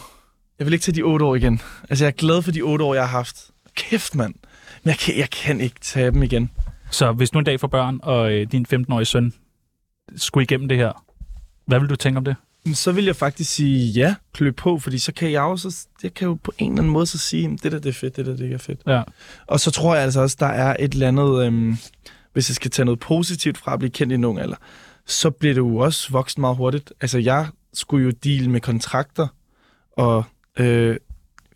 [SPEAKER 4] Jeg vil ikke tage de otte år igen. Altså, jeg er glad for de otte år, jeg har haft. Kæft, mand. Men jeg kan, jeg kan ikke tage dem igen.
[SPEAKER 2] Så hvis nu en dag får børn, og øh, din 15-årige søn skulle igennem det her, hvad vil du tænke om det?
[SPEAKER 4] Men Så vil jeg faktisk sige ja, klø på, fordi så kan jeg jo, så, jeg kan jo på en eller anden måde så sige, "Jamen, det der det er fedt, det der det ikke er fedt.
[SPEAKER 2] Ja.
[SPEAKER 4] Og så tror jeg altså også, der er et eller andet, øhm, hvis jeg skal tage noget positivt fra at blive kendt i en ung alder, så bliver du jo også voksen meget hurtigt. Altså jeg skulle jo deal med kontrakter, og øh,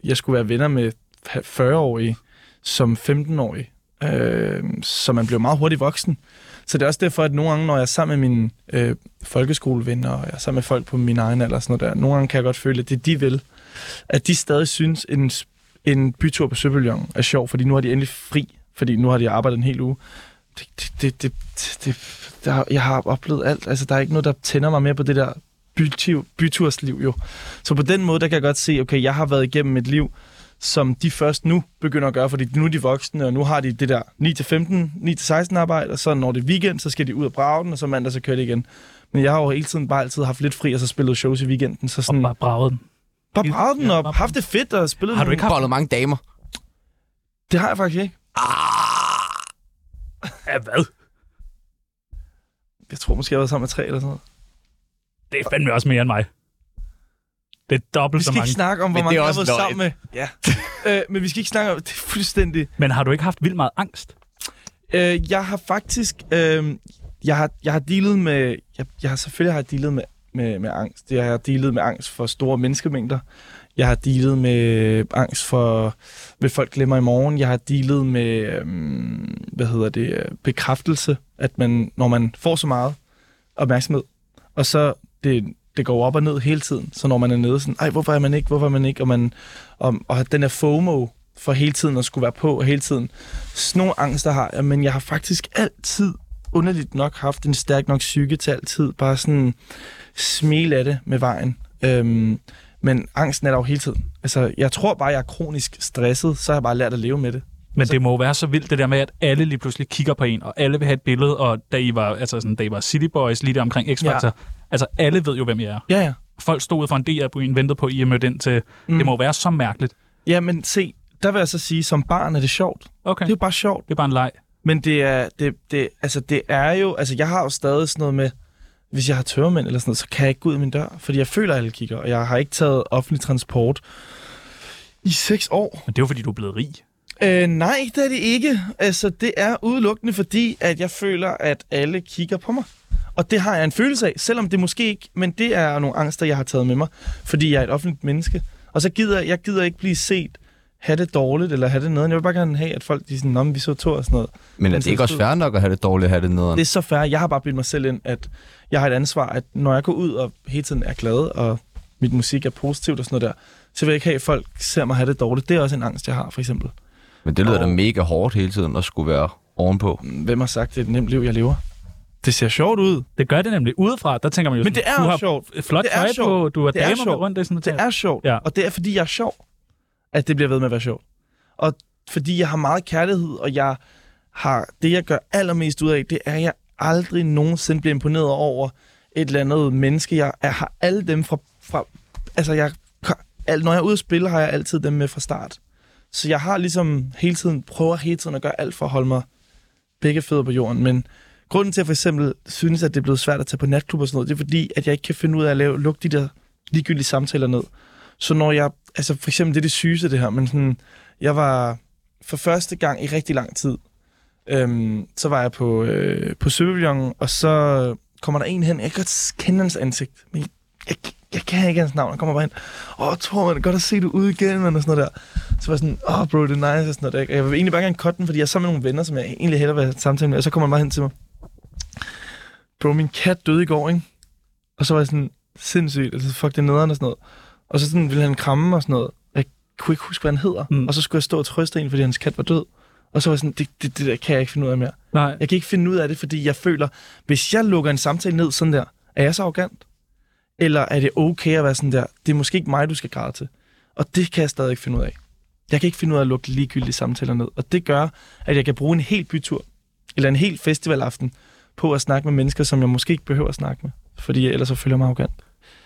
[SPEAKER 4] jeg skulle være venner med 40-årige som 15-årige. Øh, så man blev meget hurtigt voksen. Så det er også derfor, at nogle gange, når jeg er sammen med mine øh, folkeskolevenner, og jeg er sammen med folk på min egen alder og sådan noget der, nogle gange kan jeg godt føle, at det de vil, at de stadig synes, en, en bytur på Søbøljon er sjov, fordi nu har de endelig fri, fordi nu har de arbejdet en hel uge. Det, det, det, det, det, der, jeg har oplevet alt. Altså, der er ikke noget, der tænder mig mere på det der bytur, bytursliv, jo. Så på den måde, der kan jeg godt se, okay, jeg har været igennem et liv, som de først nu begynder at gøre, fordi nu er de voksne, og nu har de det der 9-15, 9-16 arbejde, og så når det er weekend, så skal de ud og brage den, og så mandag, så kører de igen. Men jeg har jo hele tiden bare altid haft lidt fri, og så spillet shows i weekenden, så
[SPEAKER 2] Og
[SPEAKER 4] sådan,
[SPEAKER 2] bare braget den.
[SPEAKER 4] bare braget den
[SPEAKER 2] Ja,
[SPEAKER 4] op,
[SPEAKER 2] bare-
[SPEAKER 4] haft det fedt og spillet
[SPEAKER 2] Har du ikke haft...
[SPEAKER 1] Bollet mange damer.
[SPEAKER 4] Det har jeg faktisk ikke.
[SPEAKER 2] Ja, hvad?
[SPEAKER 4] Jeg tror måske, jeg har været sammen med tre eller sådan noget.
[SPEAKER 2] Det er fandme også mere end mig. Det er dobbelt
[SPEAKER 4] Vi
[SPEAKER 2] så
[SPEAKER 4] skal ikke
[SPEAKER 2] mange.
[SPEAKER 4] snakke om, hvor
[SPEAKER 1] Men det
[SPEAKER 4] mange
[SPEAKER 1] er
[SPEAKER 4] jeg har
[SPEAKER 1] også
[SPEAKER 4] været sammen med. Ja. øh, men vi skal ikke snakke om... Det er fuldstændig...
[SPEAKER 2] Men har du ikke haft vildt meget angst?
[SPEAKER 4] Øh, jeg har faktisk... Øh, jeg, har, jeg har dealet med... Jeg, jeg har selvfølgelig har jeg dealet med, med, med angst. Jeg har dealet med angst for store menneskemængder. Jeg har dealet med angst for, hvad folk glemmer i morgen. Jeg har dealet med, øhm, hvad hedder det, øh, bekræftelse, at man, når man får så meget opmærksomhed, og så det, det går op og ned hele tiden, så når man er nede sådan, ej, hvorfor er man ikke, hvorfor er man ikke, og, man, og, og den der FOMO for hele tiden at skulle være på, og hele tiden, sådan nogle angster har jeg, men jeg har faktisk altid, underligt nok, haft en stærk nok psyke til altid, bare sådan smile af det med vejen. Øhm, men angsten er der jo hele tiden. Altså, jeg tror bare, jeg er kronisk stresset, så har jeg bare lært at leve med det.
[SPEAKER 2] Men det må jo være så vildt, det der med, at alle lige pludselig kigger på en, og alle vil have et billede, og da I var, altså sådan, da I var City Boys, lige der omkring X-Factor,
[SPEAKER 4] Ja.
[SPEAKER 2] ja. altså alle ved jo, hvem I er.
[SPEAKER 4] Ja, ja.
[SPEAKER 2] Folk stod ud for en DR-byen, ventede på, at I er mødt ind til. Mm. Det må jo være så mærkeligt.
[SPEAKER 4] Ja, men se, der vil jeg så sige, som barn er det sjovt.
[SPEAKER 2] Okay,
[SPEAKER 4] Det er jo bare sjovt.
[SPEAKER 2] det er bare en leg.
[SPEAKER 4] Men det er, det, det, altså, det er jo... Altså, jeg har jo stadig sådan noget med... Hvis jeg har tørmænd eller sådan noget, så kan jeg ikke gå ud af min dør, fordi jeg føler, at alle kigger, og jeg har ikke taget offentlig transport i seks år.
[SPEAKER 2] Men det er jo, fordi du er blevet rig.
[SPEAKER 4] Øh, nej, det er det ikke. Altså, det er udelukkende fordi, at jeg føler, at alle kigger på mig. Og det har jeg en følelse af, selvom det måske ikke, men det er nogle angster, jeg har taget med mig, fordi jeg er et offentligt menneske. Og så gider jeg gider ikke blive set, have det dårligt eller have det noget. Jeg vil bare gerne have, at folk de er sådan, "Nå, men vi så to og sådan noget.
[SPEAKER 1] Men er det
[SPEAKER 4] så
[SPEAKER 1] ikke også
[SPEAKER 4] stod-
[SPEAKER 1] fair nok at have det dårligt at have det nederen?
[SPEAKER 4] Det er så færre. Jeg har bare bildt mig selv ind, at jeg har et ansvar, at når jeg går ud og hele tiden er glad, og mit musik er positivt og sådan noget der, så vil jeg ikke have, at folk ser mig have det dårligt. Det er også en angst, jeg har, for eksempel.
[SPEAKER 1] Men det lyder da
[SPEAKER 4] Og-
[SPEAKER 1] mega hårdt hele tiden at skulle være ovenpå.
[SPEAKER 4] Hvem har sagt, det er et nemt liv, jeg lever? Det ser sjovt ud.
[SPEAKER 2] Det gør det nemlig udefra. Der tænker man jo
[SPEAKER 4] Men
[SPEAKER 2] sådan,
[SPEAKER 4] det er
[SPEAKER 2] du
[SPEAKER 4] jo
[SPEAKER 2] har
[SPEAKER 4] sjovt.
[SPEAKER 2] flot
[SPEAKER 4] Det er
[SPEAKER 2] tøj
[SPEAKER 4] sjovt.
[SPEAKER 2] på, du har
[SPEAKER 4] Det er
[SPEAKER 2] damer med
[SPEAKER 4] sjovt.
[SPEAKER 2] rundt. Det er sådan,
[SPEAKER 4] Det er sjovt,
[SPEAKER 2] Ja.
[SPEAKER 4] ja. og det er, fordi jeg er sjov, at det bliver ved med at være sjovt. Og fordi jeg har meget kærlighed, og jeg har det, jeg gør allermest ud af, det er, at jeg aldrig nogensinde bliver imponeret over et eller andet menneske. Jeg, jeg har alle dem fra... fra altså, jeg, al- når jeg er ude at spille, har jeg altid dem med fra start. Så jeg har ligesom hele tiden, prøver hele tiden at gøre alt for at holde mig begge fødder på jorden, men grunden til, at jeg for eksempel synes, at det er blevet svært at tage på natklub og sådan noget, det er fordi, at jeg ikke kan finde ud af at lave, lukke de der ligegyldige samtaler ned. Så når jeg, altså for eksempel det er det sygeste det her, men sådan, jeg var for første gang i rigtig lang tid, øhm, så var jeg på, øh, på Søbevillon, og så kommer der en hen, jeg kan godt kende hans ansigt, men jeg, jeg kan ikke hans navn, han kommer bare hen, åh, tror man, godt at se du ude igen, man, og sådan noget der. Så var jeg sådan, åh, bro, det er nice, og sådan noget der. ikke? Og jeg vil egentlig bare gerne cutte den, fordi jeg er sammen med nogle venner, som jeg egentlig hellere vil have samtale med, og så kommer han bare hen til mig, bro, min kat døde i går, ikke? Og så var jeg sådan, sindssygt, altså fuck det er nederen og sådan noget. Og så sådan ville han kramme og sådan noget. Jeg kunne ikke huske, hvad han hedder.
[SPEAKER 2] Mm.
[SPEAKER 4] Mm. Og så skulle jeg stå og trøste en, fordi hans kat var død. Og så var jeg sådan, det, det, det der kan jeg ikke finde ud af mere.
[SPEAKER 2] Nej.
[SPEAKER 4] Jeg kan ikke finde ud af det, fordi jeg føler, hvis jeg lukker en samtale ned sådan der, er jeg så arrogant? Eller er det okay at være sådan der, det er måske ikke mig, du skal græde til? Og det kan jeg stadig ikke finde ud af. Jeg kan ikke finde ud af at lukke ligegyldige samtaler ned. Og det gør, at jeg kan bruge en hel bytur, eller en hel festivalaften, på at snakke med mennesker, som jeg måske ikke behøver at snakke med. Fordi ellers så føler jeg mig arrogant.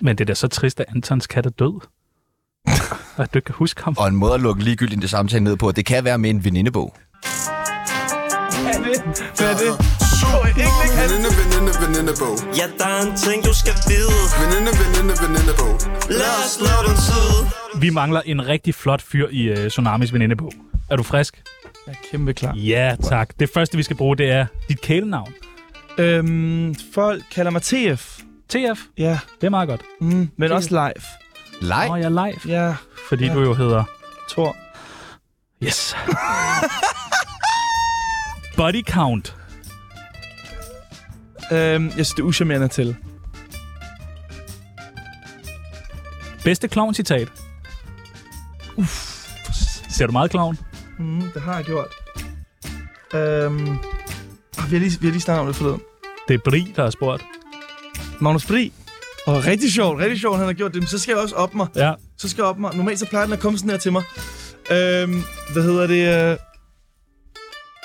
[SPEAKER 2] Men det er da så trist, at Antons kat er død. og at du ikke kan huske ham.
[SPEAKER 1] Og en måde at lukke ligegyldigt det samtale ned på, det kan være med en venindebog.
[SPEAKER 4] Hvad er det?
[SPEAKER 6] su
[SPEAKER 4] Ikke lægge alt.
[SPEAKER 8] Veninde, veninde, venindebog.
[SPEAKER 6] Ja, der er en ting, du skal vide
[SPEAKER 8] Veninde, veninde, venindebog.
[SPEAKER 6] Lad os slå den tid
[SPEAKER 2] Vi mangler en rigtig flot fyr i øh, Tsunamis venindebog. Er du frisk?
[SPEAKER 4] Jeg er kæmpe klar.
[SPEAKER 2] Ja, tak. Det første, vi skal bruge, det er dit kælenavn.
[SPEAKER 4] Øhm, folk kalder mig TF.
[SPEAKER 2] TF.
[SPEAKER 4] Ja,
[SPEAKER 2] Det er meget godt.
[SPEAKER 4] mm, men også live.
[SPEAKER 1] Leg?
[SPEAKER 2] Og jeg er live.
[SPEAKER 4] Ja,
[SPEAKER 2] Fordi du jo hedder...
[SPEAKER 4] Tor.
[SPEAKER 2] Yes. Body count.
[SPEAKER 4] Øhm, jeg synes, det er uschammerende til.
[SPEAKER 2] Bedste clown-citat. Uff. Ser du meget clown?
[SPEAKER 4] Mm, det har jeg gjort. Øhm, ah, vi, har lige, vi har lige snakket om det forleden.
[SPEAKER 2] Det er Bri, der har spurgt.
[SPEAKER 4] Magnus Bri. Og rigtig sjovt, rigtig sjovt, han har gjort det. Men så skal jeg også op mig.
[SPEAKER 2] Ja.
[SPEAKER 4] Så skal jeg op mig. Normalt så plejer den at komme sådan her til mig. Øhm, hvad hedder det? Øh,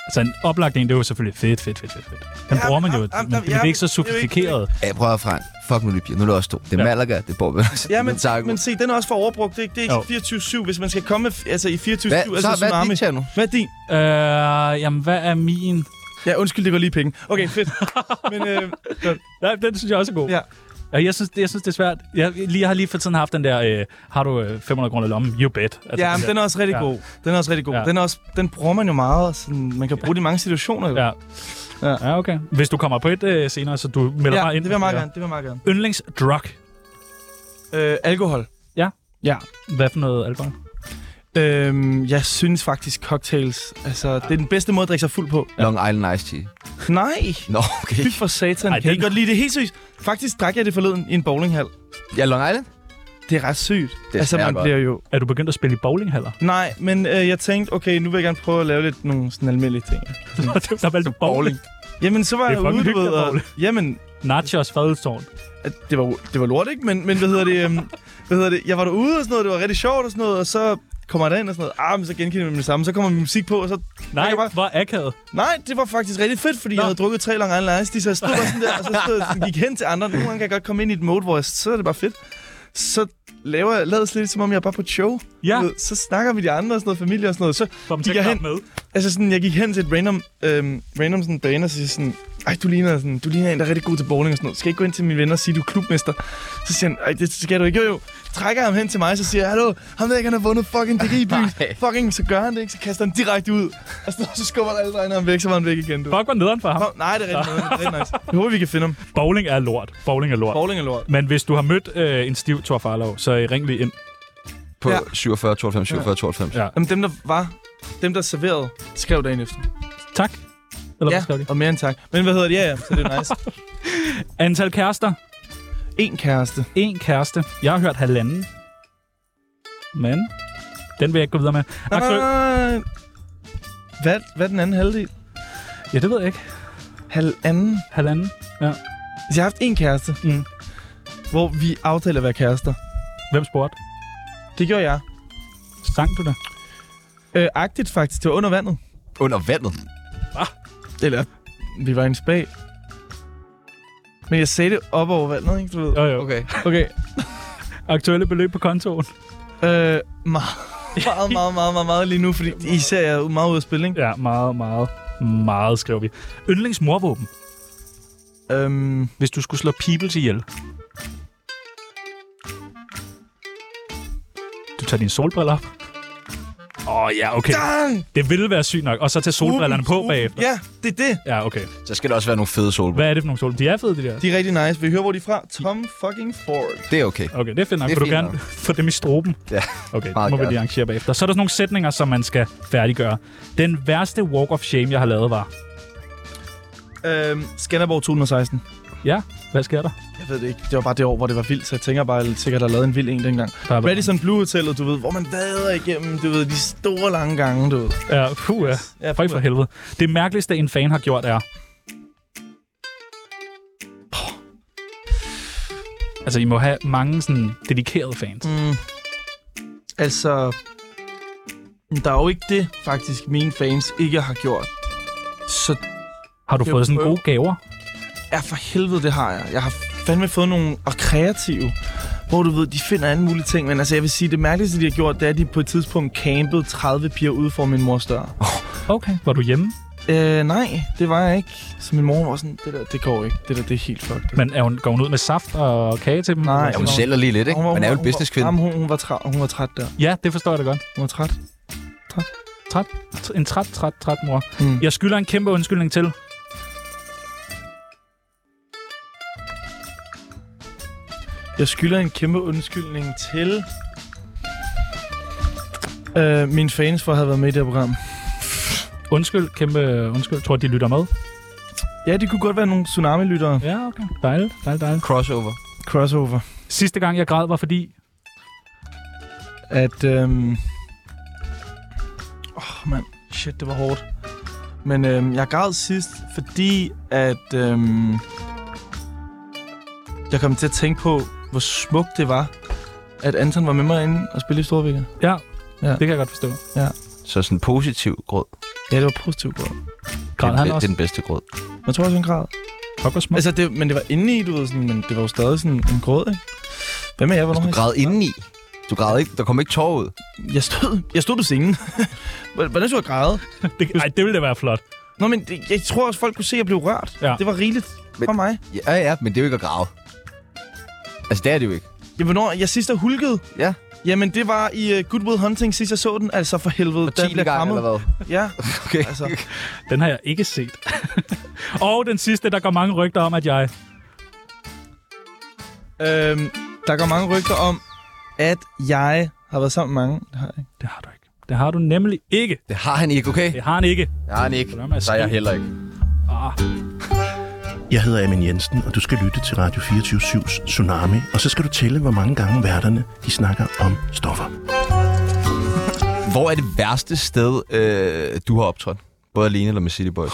[SPEAKER 2] Altså en oplagt en, det er jo selvfølgelig fedt, fedt, fedt, fedt. fedt. Den
[SPEAKER 4] Ja,
[SPEAKER 2] bruger man
[SPEAKER 4] men-
[SPEAKER 2] jo,
[SPEAKER 4] ja,
[SPEAKER 2] men
[SPEAKER 4] ja,
[SPEAKER 2] det er
[SPEAKER 4] men-
[SPEAKER 2] ikke så
[SPEAKER 4] det er jo ikke-
[SPEAKER 2] sofistikeret.
[SPEAKER 9] Ja, prøv at Frank. Fuck nu lige, piger. Nu er det også to. Det er
[SPEAKER 2] Ja.
[SPEAKER 9] ja. Malaga, det er Borg.
[SPEAKER 4] ja, men,
[SPEAKER 9] tak.
[SPEAKER 4] men se, den er også for overbrugt. Det er ikke, det er
[SPEAKER 2] Jo.
[SPEAKER 4] ikke 24-7, hvis man skal komme f- altså i 24-7.
[SPEAKER 9] hvad, så,
[SPEAKER 4] altså
[SPEAKER 9] hvad er
[SPEAKER 4] tsunami.
[SPEAKER 9] dit her nu?
[SPEAKER 4] Hvad er din?
[SPEAKER 2] Øh, jamen, hvad er min?
[SPEAKER 4] Ja, undskyld, det går lige i penge. Okay, fedt. men øh,
[SPEAKER 2] Nej, den synes jeg også er god.
[SPEAKER 4] Ja.
[SPEAKER 2] Ja, jeg, synes, jeg synes, det er svært. Jeg, lige, jeg har lige for tiden haft den der, øh, har du øh, 500 kroner i lommen? You bet. Altså,
[SPEAKER 4] ja, men
[SPEAKER 2] den
[SPEAKER 4] den er også rigtig
[SPEAKER 2] Ja.
[SPEAKER 4] god. Den er også rigtig god.
[SPEAKER 2] Ja.
[SPEAKER 4] Den, er også, den bruger man jo meget. og Sådan, man kan bruge det i mange situationer. Jo.
[SPEAKER 2] der-
[SPEAKER 4] Ja.
[SPEAKER 2] Ja. ja, okay. Hvis du kommer på et øh, senere, så du melder
[SPEAKER 4] ja
[SPEAKER 2] bare ind.
[SPEAKER 4] det vil jeg meget
[SPEAKER 2] Ja.
[SPEAKER 4] gerne. Det vil jeg meget gerne.
[SPEAKER 2] Yndlingsdrug.
[SPEAKER 4] Øh, alkohol.
[SPEAKER 2] Hvad for noget alkohol?
[SPEAKER 4] Øhm, jeg synes faktisk cocktails. Altså, det er den bedste måde at drikke sig fuld på.
[SPEAKER 9] Long Island Ice Tea.
[SPEAKER 4] Nej,
[SPEAKER 9] Nå, okay.
[SPEAKER 4] fy for satan.
[SPEAKER 2] Ej,
[SPEAKER 4] Ej, kan
[SPEAKER 2] den-
[SPEAKER 4] I ikke godt lide det helt sygt? Faktisk drak jeg det forleden i en bowlinghal.
[SPEAKER 9] Ja, Long Island?
[SPEAKER 4] Det er ret sygt.
[SPEAKER 9] Det
[SPEAKER 4] altså,
[SPEAKER 9] smager
[SPEAKER 4] man
[SPEAKER 9] godt.
[SPEAKER 4] bliver jo...
[SPEAKER 2] Er du begyndt at spille i bowlinghaller?
[SPEAKER 4] Nej, men øh, jeg tænkte, okay, nu vil jeg gerne prøve at lave lidt nogle sådan almindelige ting.
[SPEAKER 2] der valgte du bowling.
[SPEAKER 4] Jamen, så var
[SPEAKER 2] Det er
[SPEAKER 4] jeg ude,
[SPEAKER 2] fucking
[SPEAKER 4] du ved,
[SPEAKER 2] hyggeligt at
[SPEAKER 4] og,
[SPEAKER 2] bowle.
[SPEAKER 4] Jamen,
[SPEAKER 2] Nachos fadelstårn.
[SPEAKER 4] at det var, det var lort, ikke? Men, men hvad hedder det? Øhm, hvad hedder det? Jeg var derude og sådan noget, det var rigtig sjovt og sådan noget, og så kommer jeg derind og sådan noget. Ah, men så genkender man det samme. Så kommer min musik på, og så...
[SPEAKER 2] Nej,
[SPEAKER 4] Jeg kan bare-
[SPEAKER 2] hvor akavet.
[SPEAKER 4] Nej, det var faktisk rigtig fedt, fordi Nå. jeg havde drukket tre lange Island Ice. De så jeg stod bare sådan der, og så stod, jeg- gik hen til andre. Nogle gange kan jeg godt komme ind i et mode, hvor jeg, så er det bare fedt. Så laver jeg, lader det lidt, som om jeg er bare på et show.
[SPEAKER 2] Ja,
[SPEAKER 4] Du ved, Så snakker vi de andre og sådan noget, familie og sådan noget. Så
[SPEAKER 2] får dem til
[SPEAKER 4] gik
[SPEAKER 2] at
[SPEAKER 4] jeg
[SPEAKER 2] klappe med.
[SPEAKER 4] Altså sådan, jeg gik hen til et random, øhm, random sådan bane og siger sådan, ej, du ligner, sådan, du ligner en, der er rigtig god til bowling og sådan noget. Skal jeg ikke gå ind til mine venner og sige, du er klubmester? Så siger han, ej, det skal du ikke. Jo, jo. Trækker ham hen til mig, så siger jeg, hallo, ham der ikke, han har vundet fucking DG i byen. fucking, så gør han det ikke, så kaster han direkte ud. Og så, så skubber han alle drengene ham væk, så var han væk igen, du.
[SPEAKER 2] Fuck, hvor nederen for ham.
[SPEAKER 4] Nå, nej, det er rigtig, noget, det er rigtig nice. Jeg håber, vi kan finde ham.
[SPEAKER 2] Bowling er lort. Bowling er lort.
[SPEAKER 4] Bowling er lort.
[SPEAKER 2] Men hvis du har mødt øh, en stiv Thor Farlov, så øh, ring lige ind.
[SPEAKER 1] På
[SPEAKER 4] Ja.
[SPEAKER 1] ja. 47, 92, 47, 92.
[SPEAKER 2] Ja.
[SPEAKER 4] Jamen, dem der var, dem der serverede, skrev dagen efter.
[SPEAKER 2] Tak. Eller hvad
[SPEAKER 4] ja,
[SPEAKER 2] skrev de?
[SPEAKER 4] og mere end tak. Men hvad hedder det? Ja, ja, så det er nice.
[SPEAKER 2] Antal kærester.
[SPEAKER 4] en kæreste.
[SPEAKER 2] En kæreste. Jeg har hørt halvanden. Men den vil jeg ikke gå videre med.
[SPEAKER 4] Nej, nej,
[SPEAKER 2] Aktuel...
[SPEAKER 4] nej, nej. Hvad, hvad er den anden halvdel?
[SPEAKER 2] Ja, det ved jeg ikke.
[SPEAKER 4] Halvanden?
[SPEAKER 2] Halvanden.
[SPEAKER 4] Altså, jeg har haft en kæreste,
[SPEAKER 2] Mm.
[SPEAKER 4] hvor vi aftalte at være kærester.
[SPEAKER 2] Hvem spurgte?
[SPEAKER 4] Det gjorde jeg.
[SPEAKER 2] Sang du det?
[SPEAKER 4] Øh, agtigt faktisk. Det var under vandet.
[SPEAKER 1] Under vandet.
[SPEAKER 4] Eller, vi var i en spa. Men jeg sagde det op over vandet, ikke? Du ved.
[SPEAKER 2] Jo, jo.
[SPEAKER 9] Okay.
[SPEAKER 4] Okay.
[SPEAKER 2] Aktuelle beløb på kontoen.
[SPEAKER 4] Øh, meget, meget, meget, meget, meget, meget lige nu, fordi især jeg er jo meget ude at spille, ikke?
[SPEAKER 2] Ja, meget, meget, meget skriver vi. Yndlingsmorvåben.
[SPEAKER 4] Øhm,
[SPEAKER 2] Hvis du skulle slå people ihjel. Du tager dine solbriller op. Åh, oh, ja, okay.
[SPEAKER 4] dang!
[SPEAKER 2] Det ville være sygt nok. Og så tage solbrillerne på
[SPEAKER 4] Ruben,
[SPEAKER 2] bagefter.
[SPEAKER 4] Ja, det er det.
[SPEAKER 2] Ja, okay.
[SPEAKER 1] Så skal der også være nogle fede solbriller.
[SPEAKER 2] Hvad er det for nogle solbriller? De er fede, de der.
[SPEAKER 4] De er rigtig nice. Vil I høre, hvor de er fra? Tom fucking Ford.
[SPEAKER 1] Det er okay.
[SPEAKER 2] Okay, det er fedt nok.
[SPEAKER 9] Det er
[SPEAKER 2] Vil du
[SPEAKER 9] fint
[SPEAKER 2] gerne
[SPEAKER 9] nok.
[SPEAKER 2] få dem i stroben?
[SPEAKER 9] Ja,
[SPEAKER 2] Okay, det
[SPEAKER 9] meget
[SPEAKER 2] må vi
[SPEAKER 9] gerne.
[SPEAKER 2] lige arrangere bagefter. Så er der sådan nogle sætninger, som man skal færdiggøre. Den værste walk of shame, jeg har lavet, var...
[SPEAKER 4] Øhm, Skanderborg 2016.
[SPEAKER 2] Ja, hvad sker der?
[SPEAKER 4] Jeg ved det ikke. Det var bare det år, hvor det var vildt, så jeg tænker bare, at jeg sikkert har lavet en vild en dengang.
[SPEAKER 2] Der er-
[SPEAKER 4] Radisson Blue Hotellet, du ved, hvor man vader igennem, du ved, de store lange gange, du ved.
[SPEAKER 2] Ja, puh, ja.
[SPEAKER 4] Ja,
[SPEAKER 2] Føj for helvede. Det mærkeligste, en fan har gjort, er... Altså, I må have mange sådan dedikerede fans.
[SPEAKER 4] Mm, altså, der er jo ikke det, faktisk, mine fans ikke har gjort. Så
[SPEAKER 2] Har du
[SPEAKER 4] Det er
[SPEAKER 2] fået sådan
[SPEAKER 4] prøve.
[SPEAKER 2] gode gaver?
[SPEAKER 4] ja, for helvede, det har jeg. Jeg har fandme fået nogle og kreative, hvor du ved, de finder alle mulige ting. Men altså, jeg vil sige, det mærkeligste, de har gjort, det er, at de på et tidspunkt campede 30 piger ude for min mors dør.
[SPEAKER 2] Okay. Var du hjemme?
[SPEAKER 4] Øh, nej, det var jeg ikke. Så min mor var sådan, det der, det går ikke. Det der, det er helt fucked.
[SPEAKER 2] Men er hun, går hun ud med saft og kage til dem?
[SPEAKER 4] Nej,
[SPEAKER 2] Eller sådan
[SPEAKER 4] hun
[SPEAKER 2] noget?
[SPEAKER 9] Sælger lige lidt, ikke?
[SPEAKER 4] Hun var-
[SPEAKER 9] Man er jo
[SPEAKER 4] hun
[SPEAKER 9] en
[SPEAKER 4] var-
[SPEAKER 9] businesskvinde.
[SPEAKER 4] Jamen, hun, hun, var træt, hun var træt der.
[SPEAKER 2] Ja, det forstår jeg da godt.
[SPEAKER 4] Hun var træt.
[SPEAKER 2] Tr- En træt, træt, træt mor.
[SPEAKER 4] Mm.
[SPEAKER 2] Jeg skylder en kæmpe undskyldning til.
[SPEAKER 4] Jeg skylder en kæmpe undskyldning til øh, mine fans for at have været med i det her program.
[SPEAKER 2] Undskyld, kæmpe undskyld. Tror, de lytter med?
[SPEAKER 4] Ja, det kunne godt være nogle tsunami-lyttere.
[SPEAKER 2] Ja, okay. Dejligt, dejligt, dejligt.
[SPEAKER 9] Crossover.
[SPEAKER 4] Crossover.
[SPEAKER 2] Sidste gang, jeg græd, var fordi...
[SPEAKER 4] At, øhm... Åh, oh, mand. Shit, det var hårdt. Men øhm, jeg græd sidst, fordi at... Øhm... Jeg kom til at tænke på, hvor smukt det var, at Anton var med mig inde og spille i Storvika.
[SPEAKER 2] Ja,
[SPEAKER 4] Ja.
[SPEAKER 2] ja. det kan jeg godt forstå.
[SPEAKER 9] Så sådan en positiv gråd. Det
[SPEAKER 4] Ja, det var positivt gråd.
[SPEAKER 9] er
[SPEAKER 2] Græd
[SPEAKER 9] den
[SPEAKER 2] han
[SPEAKER 9] be- Det
[SPEAKER 2] også?
[SPEAKER 9] er den bedste gråd.
[SPEAKER 4] Jeg tror også, han græd.
[SPEAKER 2] Fuck, hvor smukt.
[SPEAKER 4] Altså, det, men det var inde i, du ved, sådan, men det var jo stadig sådan en gråd, ikke? Hvad med jer? Hvornår
[SPEAKER 9] Altså, Du
[SPEAKER 4] har I-
[SPEAKER 9] græd indeni. Du græd ikke. Der kom ikke tårer ud.
[SPEAKER 4] Jeg stod, jeg stod på scenen. Hvordan skulle jeg græde?
[SPEAKER 2] Det, ej, det ville da være flot.
[SPEAKER 4] Nå, men det, jeg tror også, folk kunne se, at jeg blev rørt.
[SPEAKER 2] Ja.
[SPEAKER 4] Det var rigeligt
[SPEAKER 9] Men-
[SPEAKER 4] for mig.
[SPEAKER 9] Ja, ja, men det er jo ikke at græde. Altså, det er det jo ikke.
[SPEAKER 4] Ja, hvornår jeg sidst har hulket?
[SPEAKER 9] Ja.
[SPEAKER 4] Jamen, det var i uh, Good Will Hunting, sidst jeg så den. Altså, for helvede.
[SPEAKER 9] For
[SPEAKER 4] den
[SPEAKER 9] tiende
[SPEAKER 4] bliver
[SPEAKER 9] gang,
[SPEAKER 4] krammet.
[SPEAKER 9] eller hvad?
[SPEAKER 4] Ja,
[SPEAKER 9] Okay.
[SPEAKER 4] altså.
[SPEAKER 2] Den har jeg ikke set. og den sidste, der går mange rygter om, at jeg...
[SPEAKER 4] øhm, der går mange rygter om, at jeg har været sammen med mange. Det har jeg ikke.
[SPEAKER 2] Det har du ikke. Det har du nemlig ikke.
[SPEAKER 9] Det har han ikke, okay?
[SPEAKER 2] Det har han ikke.
[SPEAKER 9] Det har han ikke.
[SPEAKER 2] Hvordan er
[SPEAKER 9] Så er jeg
[SPEAKER 2] skyld?
[SPEAKER 9] heller ikke.
[SPEAKER 2] Ah,
[SPEAKER 10] Jeg hedder Amin Jensen, og du skal lytte til Radio 24-7's Tsunami, og så skal du tælle, hvor mange gange værterne de snakker om stoffer.
[SPEAKER 9] Hvor er det værste sted, øh, du har optrådt? Både alene eller med City Boys?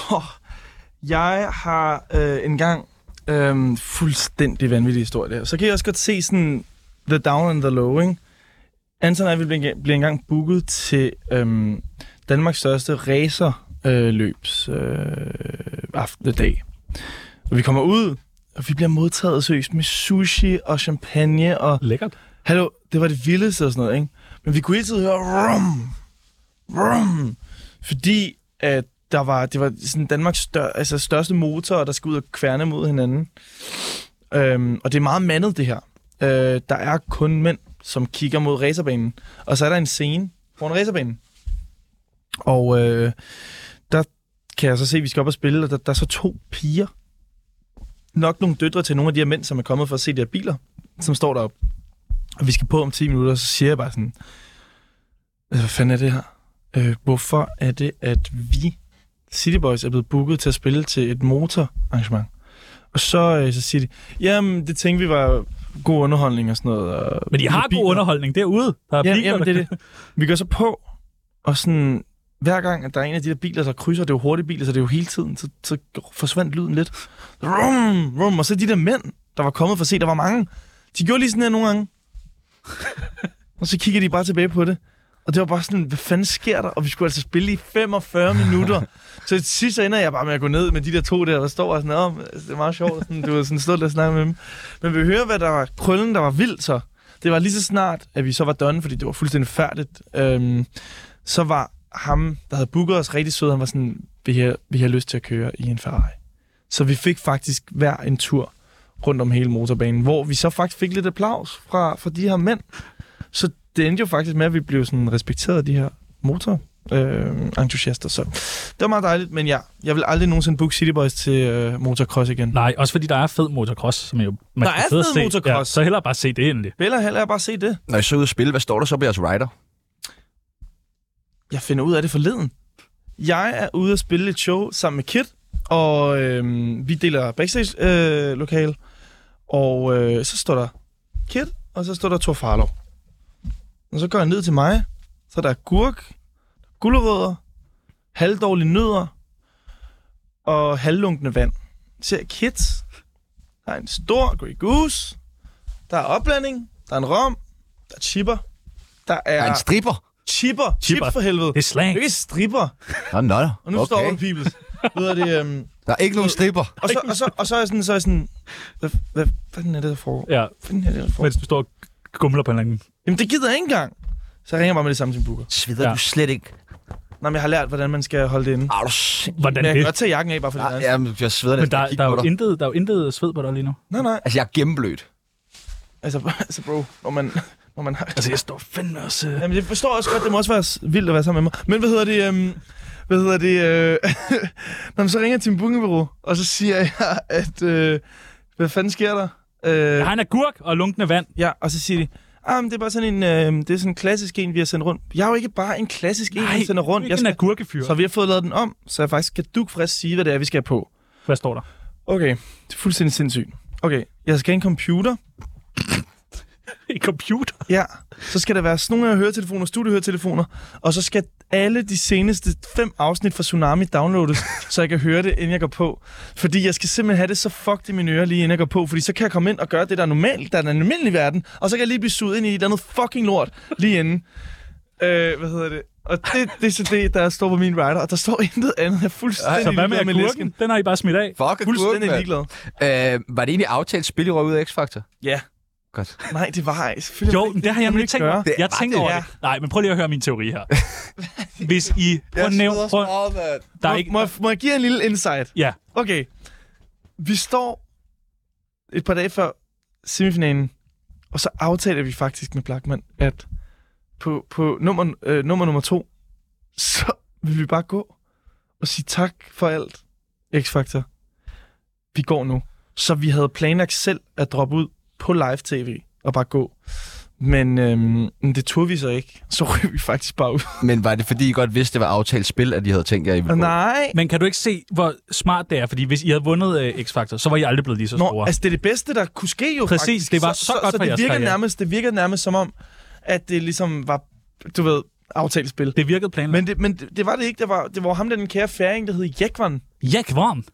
[SPEAKER 4] Jeg har øh, engang øh, fuldstændig vanvittig historie der. Så kan jeg også godt se sådan the down and the low, ikke? Anton og jeg vi blev, enga- blev engang booket til øh, Danmarks største racerløbs øh, aften dag. Øh, Og vi kommer ud, og vi bliver modtaget seriøst med sushi og champagne og
[SPEAKER 2] lækkert.
[SPEAKER 4] Hallo, det var det vildeste og sådan noget, ikke? Men vi kunne hele tiden høre rum, rum, fordi at der var, det var sådan Danmarks stør, altså største motor, der skulle ud og kværne mod hinanden. Øhm, og det er meget mandet, det her. Øh, der er kun mænd, som kigger mod racerbanen. Og så er der en scene foran racerbanen. Og øh, der kan jeg så se, at vi skal op og spille, og der, der er så to piger. Nok nogle døtre til nogle af de her mænd, som er kommet for at se de her biler, som står deroppe og vi skal på om 10 minutter, og så siger jeg bare sådan, altså, hvad fanden er det her? Øh, hvorfor er det, at vi City Boys er blevet booket til at spille til et motorarrangement? Og så, øh, så siger de, jamen, det tænkte vi var god underholdning og sådan noget. Og
[SPEAKER 2] Men de har god
[SPEAKER 4] biler."
[SPEAKER 2] underholdning derude. Der er
[SPEAKER 4] Ja,
[SPEAKER 2] biler,
[SPEAKER 4] jamen, det
[SPEAKER 2] der-
[SPEAKER 4] er det. Vi går så på, og sådan, hver gang, at der er en af de der biler, der krydser, det er jo hurtige biler, så det er jo hele tiden, så, så forsvandt lyden lidt. Rum, rum, og så de der mænd, der var kommet for at se, der var mange, de gjorde lige sådan her nogle gange. og så kigger de bare tilbage på det. Og det var bare sådan, hvad fanden sker der? Og vi skulle altså spille i 45 minutter. så til sidst så ender jeg bare med at gå ned med de der to der, der står og sådan, om, det er meget sjovt, sådan, du er sådan stået der og snakket med dem. Men vi hører, hvad der var krøllen, der var vildt så. Det var lige så snart, at vi så var done, fordi det var fuldstændig færdigt. Øhm, så var ham, der havde booket os rigtig sød, han var sådan, vi har, vi har lyst til at køre i en Ferrari. Så vi fik faktisk hver en tur rundt om hele motorbanen, hvor vi så faktisk fik lidt applaus fra, fra de her mænd. Så det endte jo faktisk med, at vi blev sådan respekteret af de her motor øh, entusiaster. Så det var meget dejligt, men ja, jeg vil aldrig nogensinde booke City Boys til øh, motocross igen.
[SPEAKER 2] Nej, også fordi der er fed motocross, som jo... Man
[SPEAKER 4] Der
[SPEAKER 2] skal
[SPEAKER 4] er
[SPEAKER 2] sidde og
[SPEAKER 4] fed
[SPEAKER 2] se.
[SPEAKER 4] motocross.
[SPEAKER 2] Ja, så hellere bare se det endelig.
[SPEAKER 4] Bella, heller jeg bare se det.
[SPEAKER 9] Når I så ud og spille, hvad står der så på jeres rider?
[SPEAKER 4] jeg finder ud af det forleden. Jeg er ude at spille et show sammen med Kit, og øh, vi deler backstage-lokal. Øh, lokale. og øh, så står der Kit, og så står der Thor Farlov. Og så går jeg ned til mig, så er der gurk, gulerødder, halvdårlige nødder og halvlunkende vand. Så ser jeg Kit, der er en stor Grey Goose, der er opblanding, der er en rom, der er chipper, der
[SPEAKER 9] Ja. Er
[SPEAKER 4] er
[SPEAKER 9] en stripper?
[SPEAKER 4] chipper, chip
[SPEAKER 2] Chipper.
[SPEAKER 4] for helvede.
[SPEAKER 2] Det er slang.
[SPEAKER 4] Det er ikke stripper.
[SPEAKER 9] Nå, nå.
[SPEAKER 4] Og nu okay. står du, Peoples. Ved jeg det, øhm,
[SPEAKER 9] Der er ikke nogen stripper.
[SPEAKER 4] og, så, og, så, og så er jeg sådan, så er jeg sådan hvad, hvad fanden er det, der foregår?
[SPEAKER 2] Ja,
[SPEAKER 4] Hvad fanden er det, der foregår?
[SPEAKER 2] mens du står og gumler på en eller anden...
[SPEAKER 4] Jamen, det gider jeg ikke engang. Så jeg ringer bare med det samme til min booker.
[SPEAKER 9] Sveder
[SPEAKER 2] Ja.
[SPEAKER 9] du slet ikke?
[SPEAKER 4] Nå, men jeg har lært, hvordan man skal holde det inde.
[SPEAKER 2] Ah,
[SPEAKER 1] Arh,
[SPEAKER 2] Hvordan
[SPEAKER 4] men jeg
[SPEAKER 2] det?
[SPEAKER 4] kan godt tage jakken af, bare for
[SPEAKER 9] Ah,
[SPEAKER 4] det
[SPEAKER 1] Ah, Ja, men jeg sveder
[SPEAKER 2] Men
[SPEAKER 1] næsten
[SPEAKER 2] der,
[SPEAKER 1] at kigge
[SPEAKER 2] der, er
[SPEAKER 1] på
[SPEAKER 2] jo
[SPEAKER 1] dig.
[SPEAKER 2] intet, der er jo intet sved på dig lige nu.
[SPEAKER 4] Nej, nej.
[SPEAKER 1] Altså, jeg er gennemblødt.
[SPEAKER 4] Altså, altså bro, når man, når man har...
[SPEAKER 2] Altså, jeg står fandme også... øh,
[SPEAKER 4] Jamen, jeg forstår også godt, det må også være s- vildt at være sammen med mig. Men hvad hedder det... Øhm, hvad hedder det... Øh, når man så ringer til en bunkebureau, og så siger jeg, at... Øh, hvad fanden sker der? Øh,
[SPEAKER 2] Jeg har en agurk og lunkende vand.
[SPEAKER 4] ja, og så siger de... Ah, men det er bare sådan en... Øh, det er sådan en klassisk en, vi har sendt rundt. Jeg er jo ikke bare en klassisk en, vi sender rundt. Jeg
[SPEAKER 2] jeg en
[SPEAKER 4] skal,
[SPEAKER 2] agurkefyr.
[SPEAKER 4] så vi har fået lavet den om, så jeg faktisk kan dukfrisk sige, hvad det er, vi skal have på.
[SPEAKER 2] Hvad står der?
[SPEAKER 4] Okay, det er fuldstændig sindssygt. Okay, jeg skal have en computer.
[SPEAKER 2] En computer.
[SPEAKER 4] Ja, så skal der være sådan nogle af høretelefoner, studiehøretelefoner, og så skal alle de seneste fem afsnit fra Tsunami downloades, så jeg kan høre det, inden jeg går på. Fordi jeg skal simpelthen have det så fucked i mine ører lige inden jeg går på, fordi så kan jeg komme ind og gøre det, der er normalt, der er den almindelige verden, og så kan jeg lige blive suget ind i et andet fucking lort lige inden. Øh, hvad hedder det? Og det, det er så det, der står på min rider, og der står intet andet. Jeg er fuldstændig
[SPEAKER 2] Så hvad med
[SPEAKER 4] ligeglad
[SPEAKER 2] agurken? Den har I bare smidt af.
[SPEAKER 1] Fuck, agurk,
[SPEAKER 4] Fuldstændig
[SPEAKER 1] mand.
[SPEAKER 4] ligeglad.
[SPEAKER 1] Øh, var det egentlig aftalt spil, I røg ud af X-Factor?
[SPEAKER 4] Ja.
[SPEAKER 1] Godt.
[SPEAKER 4] Nej, det var ej. Selvfølgelig var
[SPEAKER 2] Jo,
[SPEAKER 4] det
[SPEAKER 2] men det har jeg
[SPEAKER 4] kan man
[SPEAKER 2] nemlig ikke tænkt
[SPEAKER 4] gøre.
[SPEAKER 2] mig. Jeg tænker over det. Nej, men prøv lige at høre min teori her. Hvis I... Prøv at nævne... Prøv, der er
[SPEAKER 4] Må-
[SPEAKER 2] ikke,
[SPEAKER 4] må, jeg, må jeg give jer en lille insight?
[SPEAKER 2] Ja.
[SPEAKER 4] Okay. Vi står et par dage før semifinalen, og så aftaler vi faktisk med Blackman, at på, på nummer, øh, nummer nummer to, så vil vi bare gå og sige tak for alt, X-Factor. Vi går nu. Så vi havde planlagt selv at droppe ud på live-tv og bare gå. Men øhm, det turde vi så ikke. Så ryger vi faktisk bare ud.
[SPEAKER 1] Men var det, fordi I godt vidste, det var aftalt spil, at I havde tænkt jer, I ville bruge?
[SPEAKER 4] Nej.
[SPEAKER 2] men kan du ikke se, hvor smart det er? Fordi hvis I havde vundet øh, X-Factor, så var I aldrig blevet lige så
[SPEAKER 4] Nå,
[SPEAKER 2] store.
[SPEAKER 4] altså det er det bedste, der kunne ske jo
[SPEAKER 2] Præcis,
[SPEAKER 4] faktisk.
[SPEAKER 2] det var så godt
[SPEAKER 4] så
[SPEAKER 2] for
[SPEAKER 4] det
[SPEAKER 2] jeres
[SPEAKER 4] virker
[SPEAKER 2] karriere.
[SPEAKER 4] nærmest, det virker nærmest som om, at det ligesom var, du ved, aftalt spil.
[SPEAKER 2] det virkede planlagt.
[SPEAKER 4] Men, det, men det, det, var det ikke. Det var, det var ham, der den kære færing, der hed Jekvan.
[SPEAKER 2] Men Jack Worm,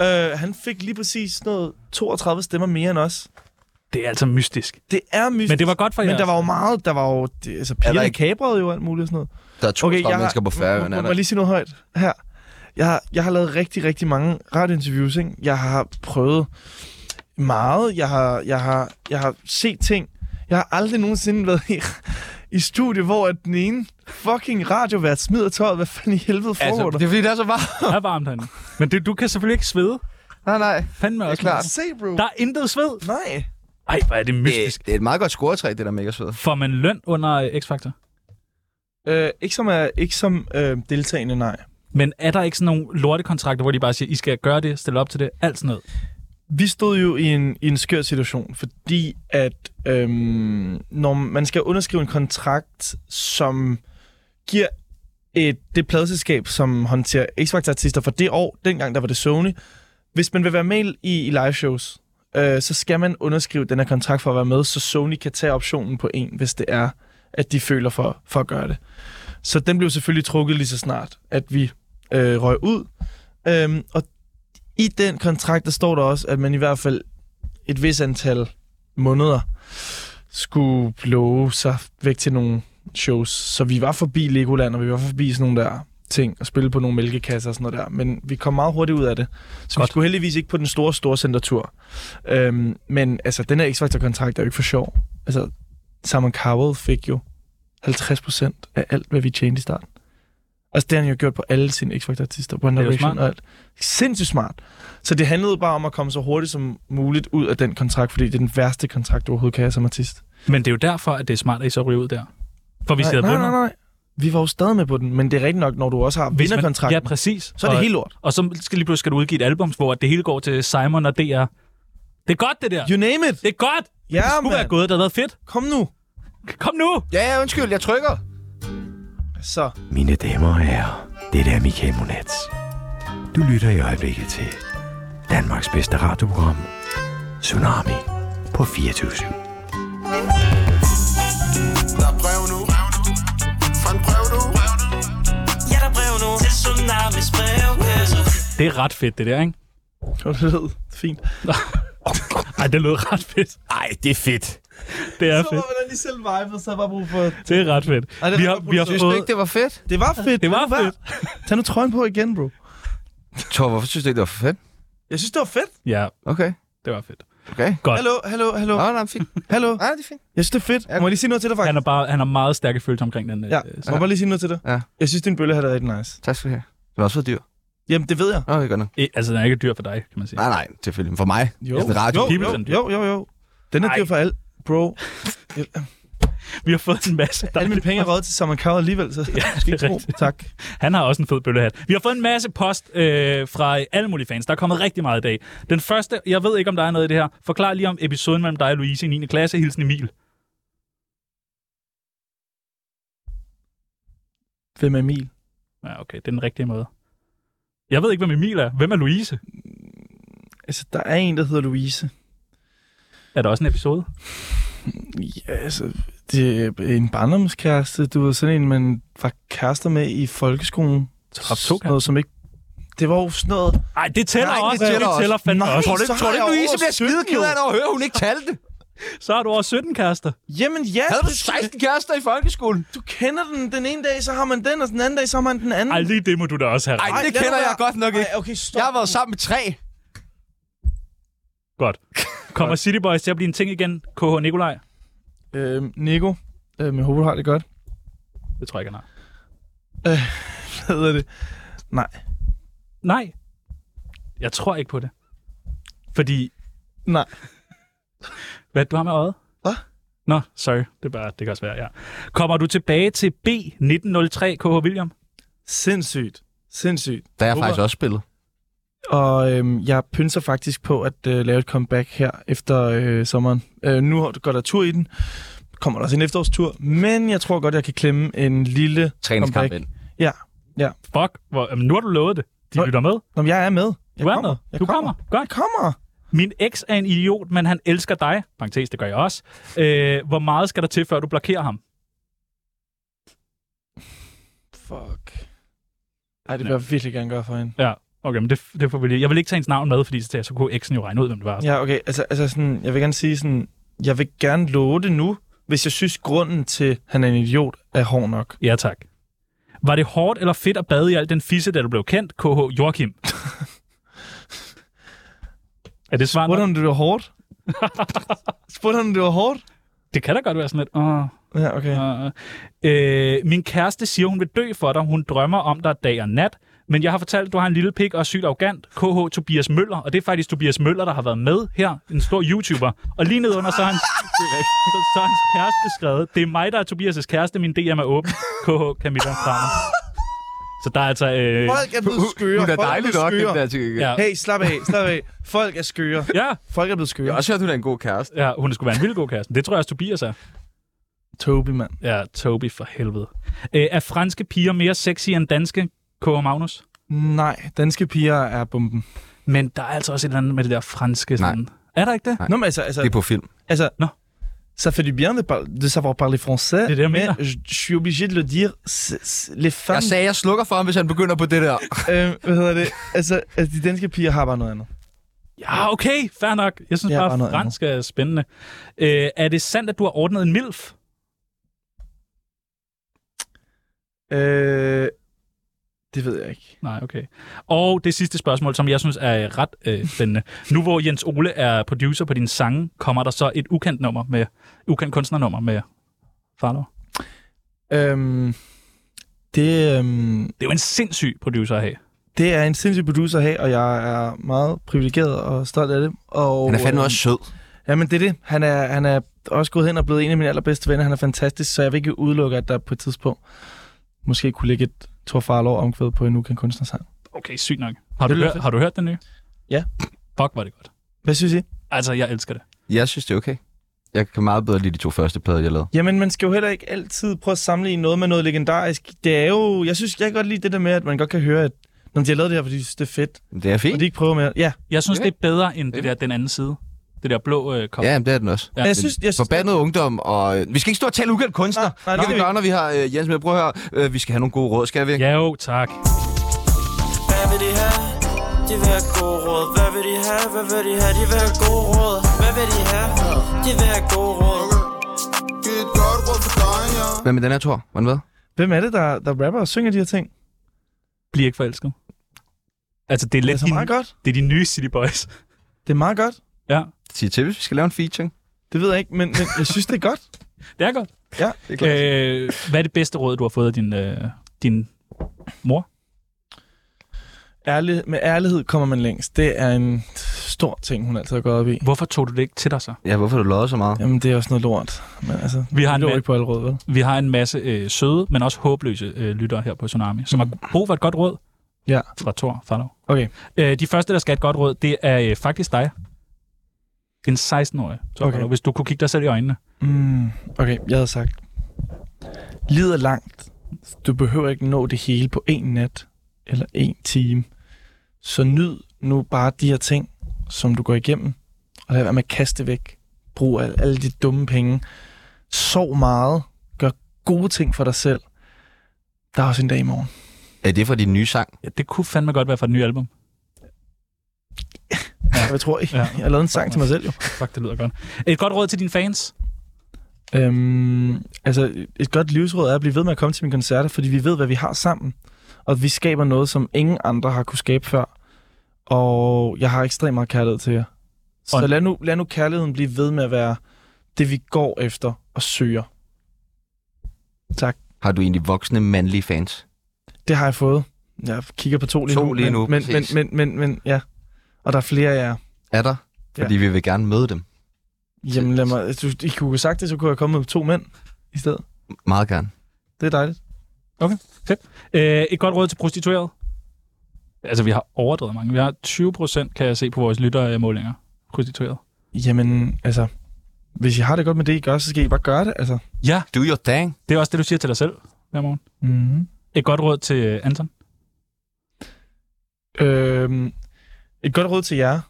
[SPEAKER 4] Uh, han fik lige præcis sådan noget 32 stemmer mere end os.
[SPEAKER 2] det er altså mystisk.
[SPEAKER 4] Det er mystisk.
[SPEAKER 2] Men det var godt for jer.
[SPEAKER 4] Men der var jo meget, der var jo, det, altså pigerne
[SPEAKER 1] ikke-
[SPEAKER 4] ikke... kabrede jo og alt muligt og sådan noget.
[SPEAKER 1] Der er 32 okay, mennesker på
[SPEAKER 4] må,
[SPEAKER 1] færøerne.
[SPEAKER 4] må,
[SPEAKER 1] er
[SPEAKER 4] må
[SPEAKER 1] der?
[SPEAKER 4] jeg lige sige noget højt her. Jeg har, jeg har lavet rigtig, rigtig mange radiointerviews, ikke? Jeg har prøvet meget. Jeg har, jeg har, jeg har set ting. Jeg har aldrig nogensinde været i, i studie, hvor at den ene fucking radiovært smider tøjet. Hvad fanden i helvede foregår
[SPEAKER 1] Altså,
[SPEAKER 4] altså,
[SPEAKER 1] det
[SPEAKER 4] der?
[SPEAKER 1] er fordi, det er så varmt.
[SPEAKER 2] Der er varmt herinde. Men det, du kan selvfølgelig ikke svede.
[SPEAKER 1] Nej, nej.
[SPEAKER 2] Fandme også.
[SPEAKER 1] klart.
[SPEAKER 2] mand.
[SPEAKER 4] Se, bro.
[SPEAKER 2] Der er intet sved.
[SPEAKER 4] Nej.
[SPEAKER 2] Ej, hvor er det mystisk.
[SPEAKER 1] Det, det er et meget godt scoretræ, det der mega sved.
[SPEAKER 2] Får man løn under øh, X-Factor?
[SPEAKER 4] Øh, ikke som, er, ikke som øh, deltagende, nej.
[SPEAKER 2] Men er der ikke sådan nogle lortekontrakter, hvor de bare siger, I skal gøre det, stille op til det, alt sådan noget?
[SPEAKER 4] Vi stod jo i en, i en skør situation, fordi at øhm, når man skal underskrive en kontrakt, som giver et, det pladselskab, som håndterer X-Factor-artister for det år, dengang der var det Sony, hvis man vil være med i, i live-shows, øh, så skal man underskrive den her kontrakt for at være med, så Sony kan tage optionen på en, hvis det er, at de føler for, for at gøre det. Så den blev selvfølgelig trukket lige så snart, at vi øh, røg ud. Øhm, og i den kontrakt, der står der også, at man i hvert fald et vis antal måneder skulle love sig væk til nogle shows. Så vi var forbi Legoland, og vi var forbi sådan nogle der ting, og spille på nogle mælkekasser og sådan noget der. Men vi kom meget hurtigt ud af det. Så Godt.
[SPEAKER 2] Godt.
[SPEAKER 4] vi skulle heldigvis ikke på den store, store centertur. Øhm, men altså, den her X-Factor-kontrakt er jo ikke for sjov. Altså, Simon Cowell fik jo 50% af alt, hvad vi tjente i starten. Altså, det har han jo gjort på alle sine X-Factor-artister, One
[SPEAKER 2] Det er jo
[SPEAKER 4] Direction
[SPEAKER 2] smart.
[SPEAKER 4] og alt. Sindssygt smart. Så det handlede bare om at komme så hurtigt som muligt ud af den kontrakt, fordi det er den værste kontrakt, du overhovedet kan have som artist.
[SPEAKER 2] Men det er jo derfor, at det er smart, at I så ryger ud der. For hvis I
[SPEAKER 4] nej,
[SPEAKER 2] havde
[SPEAKER 4] nej,
[SPEAKER 2] vundet...
[SPEAKER 4] nej, nej. Vi var jo stadig med på den, men det er rigtigt nok, når du også har
[SPEAKER 2] Hvis man-
[SPEAKER 4] vinderkontrakten,
[SPEAKER 2] Ja, præcis.
[SPEAKER 4] så er det
[SPEAKER 2] og,
[SPEAKER 4] helt lort.
[SPEAKER 2] Og så skal lige pludselig skal du udgive et album, hvor det hele går til Simon og DR. Det er godt, det der.
[SPEAKER 4] You name it!
[SPEAKER 2] Det er godt.
[SPEAKER 4] Ja,
[SPEAKER 2] det skulle
[SPEAKER 4] mand.
[SPEAKER 2] være gået. Det havde været fedt.
[SPEAKER 4] Kom nu!
[SPEAKER 2] Kom nu.
[SPEAKER 1] Ja, ja, undskyld, jeg trykker.
[SPEAKER 4] Så,
[SPEAKER 11] Mine damer og herrer, det er Michael Monats. Du lytter i øjeblikket til Danmarks bedste radioprogram, Tsunami på 24
[SPEAKER 8] Der er brev nu. Fra en brev nu.
[SPEAKER 6] Ja, der er brev nu til Tsunamis brevkasse.
[SPEAKER 2] Det er ret fedt, det der, ikke?
[SPEAKER 4] Kom, det lød fint.
[SPEAKER 2] Ej, det lød ret fedt.
[SPEAKER 1] Ej, det er fedt.
[SPEAKER 2] Det er
[SPEAKER 4] Så
[SPEAKER 2] fedt.
[SPEAKER 4] var man lige selv vibet, så jeg bare brug for...
[SPEAKER 2] Det er ret fedt.
[SPEAKER 4] Ej, det er
[SPEAKER 2] vi har,
[SPEAKER 4] ret
[SPEAKER 2] vi har
[SPEAKER 1] Synes du
[SPEAKER 2] fået...
[SPEAKER 1] ikke, det var fedt?
[SPEAKER 4] Det var fedt.
[SPEAKER 2] Det var
[SPEAKER 4] lad nu være.
[SPEAKER 2] fedt.
[SPEAKER 4] Tag nu trøjen på igen, bro.
[SPEAKER 1] Tor, hvorfor synes du ikke, det var fedt?
[SPEAKER 4] Jeg synes, det var fedt.
[SPEAKER 2] Ja,
[SPEAKER 1] Okay.
[SPEAKER 2] det var fedt. Okay. Godt.
[SPEAKER 4] Hallo, hallo, hallo.
[SPEAKER 2] Nå,
[SPEAKER 4] nej, fint. Hallo. Nej, Ah. det er fint. Jeg synes, det er fedt. Må jeg lige sige noget til dig, faktisk?
[SPEAKER 2] Han er, bare, han er meget stærke følelser omkring den. øh,
[SPEAKER 4] Ja,
[SPEAKER 2] øh,
[SPEAKER 4] må jeg bare lige sige noget til dig? Ja. Jeg synes, din bølle har været rigtig nice.
[SPEAKER 9] Tak skal du have. Det var også for dyr.
[SPEAKER 4] Jamen, det ved jeg.
[SPEAKER 9] Nå, det er godt nok.
[SPEAKER 2] Eh, altså, den er ikke dyr for dig, kan man sige.
[SPEAKER 9] Nej, nej, selvfølgelig. For mig.
[SPEAKER 4] Jo,
[SPEAKER 9] Sådan radio.
[SPEAKER 4] jo, jo, jo, jo, jo. Den er dyr for alt, bro.
[SPEAKER 2] Vi har fået en masse...
[SPEAKER 4] Alle mine penge er røget til Summer Cow alligevel, så ja, skal ikke tro. Tak.
[SPEAKER 2] Han har også en fed bøllehat. Vi har fået en masse post øh, fra alle mulige fans. Der er kommet rigtig meget i dag. Den første, jeg ved ikke, om der er noget i det her. Forklar lige om episoden mellem dig og Louise i 9. klasse. Hilsen Emil.
[SPEAKER 4] Hvem er Emil?
[SPEAKER 2] Ja, okay. Det er den rigtige måde. Jeg ved ikke, hvem Emil er. Hvem er Louise?
[SPEAKER 4] Altså, der er en, der hedder Louise.
[SPEAKER 2] Er der også en episode?
[SPEAKER 4] Ja, altså, det er en barndomskæreste. Du var sådan en, man var kærester med i folkeskolen.
[SPEAKER 2] Top
[SPEAKER 4] to Noget, som ikke... Det var jo sådan noget...
[SPEAKER 2] Nej, det tæller
[SPEAKER 4] Nej, det
[SPEAKER 2] også.
[SPEAKER 4] tæller
[SPEAKER 2] det tæller
[SPEAKER 4] også.
[SPEAKER 2] fandme
[SPEAKER 4] Nej,
[SPEAKER 2] også.
[SPEAKER 4] tror du ikke- tror du ikke, Louise bliver skide ked af det over at høre,
[SPEAKER 9] hun ikke talte det?
[SPEAKER 2] Så har du over 17 kærester.
[SPEAKER 4] Jamen ja.
[SPEAKER 9] Havde du
[SPEAKER 4] det-
[SPEAKER 9] 16 kærester i folkeskolen?
[SPEAKER 4] Du kender den den ene dag, så har man den, og den anden dag, så har man den anden.
[SPEAKER 2] Ej, lige det må du da også have.
[SPEAKER 9] Ej,
[SPEAKER 4] Ej,
[SPEAKER 9] det
[SPEAKER 4] lad
[SPEAKER 9] kender
[SPEAKER 4] nu
[SPEAKER 9] jeg
[SPEAKER 4] være.
[SPEAKER 9] godt nok ikke.
[SPEAKER 4] Ej, okay, stop
[SPEAKER 9] jeg har været sammen med tre.
[SPEAKER 2] Godt. Kommer City Boys til at blive en ting igen? KH Nikolaj?
[SPEAKER 4] Øh, Nico, øh, med håber, du har det godt.
[SPEAKER 2] Det tror jeg ikke, han har.
[SPEAKER 4] Øh, hvad hedder det? Nej.
[SPEAKER 2] Nej. Jeg tror ikke på det. Fordi...
[SPEAKER 4] Nej.
[SPEAKER 2] Hvad du har med øjet?
[SPEAKER 4] Hvad?
[SPEAKER 2] Nå, sorry. Det, er bare, det kan også være, ja. Kommer du tilbage til B1903, KH William?
[SPEAKER 4] Sindssygt. Sindssygt.
[SPEAKER 9] Der er jeg
[SPEAKER 4] Håber.
[SPEAKER 9] faktisk også spillet.
[SPEAKER 4] Og øhm, jeg pynser faktisk på at øh, lave et comeback her efter øh, sommeren. Øh, nu går der tur i den. Kommer der også en efterårstur. Men jeg tror godt, jeg kan klemme en lille
[SPEAKER 9] Træningskamp
[SPEAKER 4] comeback.
[SPEAKER 9] ind.
[SPEAKER 4] Ja, ja.
[SPEAKER 2] Fuck, hvor, jamen, nu har du lovet det. De lytter med.
[SPEAKER 4] Nå, men jeg er med. Jeg
[SPEAKER 2] Du er
[SPEAKER 4] kommer.
[SPEAKER 2] med.
[SPEAKER 4] Jeg
[SPEAKER 2] Du kommer. Godt.
[SPEAKER 4] kommer.
[SPEAKER 2] Min eks er en idiot, men han elsker dig. Parenthes, det gør jeg også. Øh, hvor meget skal der til, før du blokerer ham?
[SPEAKER 4] Fuck. Ej, det vil jeg virkelig gerne gøre for hende.
[SPEAKER 2] Ja, okay, men det, det får vi lige. Jeg vil ikke tage hendes navn med, fordi så, tager jeg- så kunne eksen jo regne ud, hvem det var.
[SPEAKER 4] Ja, okay. Altså, altså sådan, jeg vil gerne sige sådan, jeg vil gerne love det nu, hvis jeg synes, grunden til, at han er en idiot, er hård nok.
[SPEAKER 2] Ja, tak. Var det hårdt eller fedt at bade i al den fisse, da du blev kendt, KH Joachim? er det svaret?
[SPEAKER 4] Spurgte han, om det var hårdt? Spurgte han, om det var hårdt?
[SPEAKER 2] Det kan da godt være sådan lidt. Åh,
[SPEAKER 4] Ja, okay.
[SPEAKER 2] åh, øh, min kæreste siger, hun vil dø for dig. Hun drømmer om dig dag og nat. Men jeg har fortalt, at du har en lille pik og er sygt arrogant. KH Tobias Møller. Og det er faktisk Tobias Møller, der har været med her. En stor YouTuber. Og lige nedenunder, så har hans, så har hans kæreste skrevet, det er mig, der er Tobias' kæreste. Min DM er åben. KH Camilla Kramer. Så der er altså... Øh,
[SPEAKER 4] Folk er blevet skøre.
[SPEAKER 9] Hun er
[SPEAKER 4] Folk er
[SPEAKER 9] dejlig
[SPEAKER 4] blevet
[SPEAKER 9] nok, den
[SPEAKER 4] skøre.
[SPEAKER 9] der til.
[SPEAKER 2] Ja.
[SPEAKER 4] Hey, slap af, slap af. Folk er skøre.
[SPEAKER 2] Ja,
[SPEAKER 4] Folk er blevet
[SPEAKER 9] Jeg har
[SPEAKER 4] skøre.
[SPEAKER 9] også hørt, hun er en god kæreste.
[SPEAKER 2] ja, hun skulle være en vild god kæresten. Det tror jeg også, Tobias er.
[SPEAKER 4] Toby, mand.
[SPEAKER 2] Ja, Toby for helvede. Øh, er franske piger mere sexy end danske, K. Magnus?
[SPEAKER 4] Nej, danske piger er bomben.
[SPEAKER 2] Men der er altså også et eller andet med det der franske sådan... Nej. Er der ikke det?
[SPEAKER 4] Nå, men altså, altså,
[SPEAKER 9] Det er på film.
[SPEAKER 4] altså
[SPEAKER 2] Nå.
[SPEAKER 4] Ça fait du bien de, par- de savoir parler français,
[SPEAKER 2] det, jeg
[SPEAKER 4] mais
[SPEAKER 2] mener.
[SPEAKER 4] je, je suis obligé de le dire, c'est- c'est- les femmes...
[SPEAKER 9] Jeg sagde, jeg slukker for ham, hvis han begynder på det der.
[SPEAKER 4] øh, hvad hedder det? Altså, altså, de danske piger har bare noget andet.
[SPEAKER 2] Ja, okay, fair nok. Jeg synes
[SPEAKER 4] Ja,
[SPEAKER 2] bare,
[SPEAKER 4] bare noget
[SPEAKER 2] fransk er spændende. Øh, er det sandt, at du har ordnet en MILF?
[SPEAKER 4] Øh, det ved jeg ikke.
[SPEAKER 2] Nej, okay. Og det sidste spørgsmål, som jeg synes er ret øh, spændende. Nu hvor Jens Ole er producer på din sange, kommer der så et ukendt nummer med ukendt kunstnernummer med Farlov?
[SPEAKER 4] Øhm, det, øhm,
[SPEAKER 2] Det er jo en sindssyg producer at have.
[SPEAKER 4] det er en sindssyg producer at have, og jeg er meget privilegeret og stolt af det. Og,
[SPEAKER 9] Oh, Han er fandme
[SPEAKER 4] øhm,
[SPEAKER 9] også sød.
[SPEAKER 4] Jamen, det er det. Han er, han er også gået hen og blevet en af mine allerbedste venner. Han er fantastisk, så jeg vil ikke udelukke, at der på et tidspunkt måske kunne ligge et Thor Farlov omkvæd på en ukendt kunstnersang.
[SPEAKER 2] Okay, sygt nok. Har du,
[SPEAKER 4] Det lyder
[SPEAKER 2] hørt,
[SPEAKER 4] fedt.
[SPEAKER 2] har du hørt den nye?
[SPEAKER 4] Ja.
[SPEAKER 2] Fuck, var det godt.
[SPEAKER 4] Hvad synes I?
[SPEAKER 2] Altså, jeg elsker det.
[SPEAKER 9] Jeg synes, det er okay. Jeg kan meget bedre lide de to første plader, jeg lavede.
[SPEAKER 4] Jamen, man skal jo heller ikke altid prøve at sammenligne noget med noget legendarisk. Det er jo... Jeg synes, jeg kan godt lide det der med, at man godt kan høre, at når de har lavet det her, fordi de synes, det er fedt.
[SPEAKER 9] Men Det er
[SPEAKER 4] Og
[SPEAKER 9] fint.
[SPEAKER 4] de ikke prøver mere. Ja,
[SPEAKER 2] Jeg synes,
[SPEAKER 9] Ja.
[SPEAKER 2] det er bedre end det der den anden side. Det der blå øh, kop.
[SPEAKER 9] Ja, jamen, det er den også.
[SPEAKER 2] Ja,
[SPEAKER 4] jeg synes, jeg synes,
[SPEAKER 9] Forbandet ungdom, og øh, vi skal ikke stå og tale ukendt kunstner.
[SPEAKER 4] Nej, nej, det
[SPEAKER 9] det
[SPEAKER 4] skal
[SPEAKER 9] vi
[SPEAKER 4] vi
[SPEAKER 9] gøre, når vi har øh, Jens med. Prøv at høre, øh, vi skal have nogle gode råd, skal vi ikke?
[SPEAKER 2] Ja, jo, tak.
[SPEAKER 6] Hvad vil de have? De vil have gode råd. Hvad vil de have? Hvad vil de have? De vil have gode råd. Hvad vil de have? De vil have gode råd.
[SPEAKER 8] Giv et godt råd til dig, ja.
[SPEAKER 9] Hvad med den her, Thor? Var den ved?
[SPEAKER 4] hvem er det, der, der rapper og synger de her ting?
[SPEAKER 2] Bliv ikke forelsket. Altså, det er
[SPEAKER 4] Det
[SPEAKER 2] lidt
[SPEAKER 4] er så meget
[SPEAKER 2] din,
[SPEAKER 4] godt.
[SPEAKER 2] det er de nye City Boys.
[SPEAKER 4] Det er meget godt.
[SPEAKER 2] Ja.
[SPEAKER 9] Sig til, hvis vi skal lave en featuring.
[SPEAKER 4] Det ved jeg ikke, men, men jeg synes, det er godt.
[SPEAKER 2] Det er godt.
[SPEAKER 4] Ja,
[SPEAKER 9] det er klart.
[SPEAKER 2] Øh, hvad er det bedste råd, du har fået af din, øh, din mor?
[SPEAKER 4] Ærlig, med ærlighed kommer man længst. Det er en stor ting, hun altid har gået op i.
[SPEAKER 2] Hvorfor tog du det ikke til dig så?
[SPEAKER 9] Ja, hvorfor har du løjet så meget?
[SPEAKER 4] Jamen, det er også noget lort. Men altså,
[SPEAKER 2] Vi har en
[SPEAKER 4] det
[SPEAKER 2] mand-
[SPEAKER 4] ikke på alle råd, vel?
[SPEAKER 2] Vi har en masse øh, søde, men også håbløse øh, lyttere her på Tsunami, som har brug for et godt råd
[SPEAKER 4] Ja.
[SPEAKER 2] fra Thor Farlov.
[SPEAKER 4] Okay.
[SPEAKER 2] Øh, de første, der skal have et godt råd, det er øh, faktisk dig. En 16-årig, Thor
[SPEAKER 4] Okay.
[SPEAKER 2] okay. hvis du kunne kigge dig selv i øjnene.
[SPEAKER 4] Mm, okay, jeg havde sagt. Lid er langt. Du behøver ikke nå det hele på en nat eller en time. Så nyd nu bare de her ting, som du går igennem. Og lad være med at kaste væk. Brug al, alle de dumme penge. Sov meget. Gør gode ting for dig selv. Der er også en dag i morgen.
[SPEAKER 9] Er det fra din nye sang?
[SPEAKER 2] Ja, det kunne fandme godt være fra et nyt album.
[SPEAKER 4] Jeg tror, jeg, jeg har lavet en sang til mig selv, jo.
[SPEAKER 2] Fuck, det lyder godt. Et godt råd til dine fans.
[SPEAKER 4] Øhm, altså, et godt livsråd er at blive ved med at komme til mine koncerter, fordi vi ved, hvad vi har sammen. Og vi skaber noget, som ingen andre har kunne skabe før. Og jeg har ekstremt meget kærlighed til jer. Så
[SPEAKER 2] Og-
[SPEAKER 4] lad nu, lad nu kærligheden blive ved med at være det, vi går efter og søger. Tak.
[SPEAKER 9] Har du egentlig voksne mandlige fans?
[SPEAKER 4] Det har jeg fået. Jeg kigger på to lige
[SPEAKER 9] To
[SPEAKER 4] nu.
[SPEAKER 9] lige nu,
[SPEAKER 4] men, men,
[SPEAKER 9] præcis.
[SPEAKER 4] men, men, men, men, ja. Og der er flere af jer.
[SPEAKER 9] Er der?
[SPEAKER 4] Ja.
[SPEAKER 9] Fordi vi vil gerne møde dem.
[SPEAKER 4] Jamen, lad mig... altså, Du, I kunne have sagt det, så kunne jeg komme med to mænd i stedet.
[SPEAKER 9] Meget gerne.
[SPEAKER 4] Det er dejligt.
[SPEAKER 2] Okay, fedt. Øh, et godt råd til prostituerede. Altså, vi har overdrevet mange. Vi har 20 procent, kan jeg se på vores lyttermålinger, prostituerede.
[SPEAKER 4] Jamen, altså... Hvis I har det godt med det, I gør, så skal I bare gøre det, altså.
[SPEAKER 2] Ja,
[SPEAKER 9] Do your thing.
[SPEAKER 2] det er også det, du siger til dig selv hver morgen.
[SPEAKER 9] Mhm.
[SPEAKER 4] Mm-hmm.
[SPEAKER 2] Et godt råd til øh, Anton.
[SPEAKER 4] Øhm, et godt råd til jer.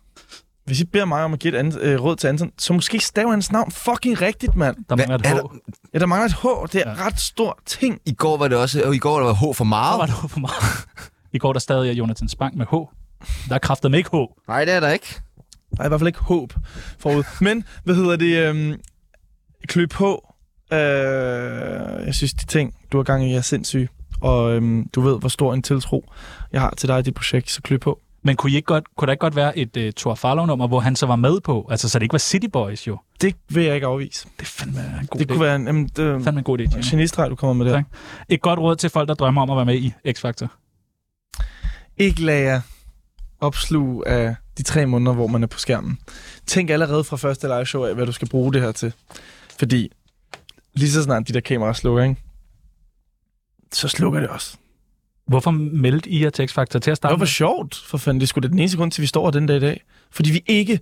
[SPEAKER 4] Hvis I beder mig om at give et andet, øh, råd til Anton, så måske stav hans navn fucking rigtigt, mand.
[SPEAKER 2] Der mangler et
[SPEAKER 9] er
[SPEAKER 2] H.
[SPEAKER 9] der-
[SPEAKER 4] Ja, der mangler et H. Det er ja. ret stor ting.
[SPEAKER 9] I går var det også... Og i går var der H for
[SPEAKER 2] Der
[SPEAKER 9] meget.
[SPEAKER 2] var det for meget. I går der stadig er Jonathan Spang med H. Der er kraftet med ikke H.
[SPEAKER 9] Nej, det er der ikke.
[SPEAKER 4] Der er i hvert fald ikke håb forud. Men, hvad hedder det? Øhm, klø på. Øh, jeg synes, de ting, du har gang i, er sindssyge. Og øhm, du ved, hvor stor en tiltro jeg har til dig i dit projekt, så klø på.
[SPEAKER 2] Men kunne, I ikke godt, kunne der ikke godt være et uh, Thor Farlow-nummer, hvor han så var med på? Altså, så det ikke var City Boys, jo.
[SPEAKER 4] Det vil jeg ikke afvise.
[SPEAKER 2] Det er fandme en god
[SPEAKER 4] det
[SPEAKER 2] idé.
[SPEAKER 4] kunne være en... Jamen, det,
[SPEAKER 2] fandme en god idé, Tjerno.
[SPEAKER 4] genistreg, du kommer med der.
[SPEAKER 2] Tak. Et godt råd til folk, der drømmer om at være med i X-Factor.
[SPEAKER 4] ikke lade jer opsluge af de tre måneder, hvor man er på skærmen. Tænk allerede fra første live show af, hvad du skal bruge det her til. Fordi lige så snart de der kameraer slukker, ikke? så slukker det også.
[SPEAKER 2] Hvorfor meldte I jer til X-Factor til at
[SPEAKER 4] Det
[SPEAKER 2] starte
[SPEAKER 4] var
[SPEAKER 2] med?
[SPEAKER 4] sjovt, for fanden. Det skulle da den eneste grund til, at vi står her den dag i dag. Fordi vi ikke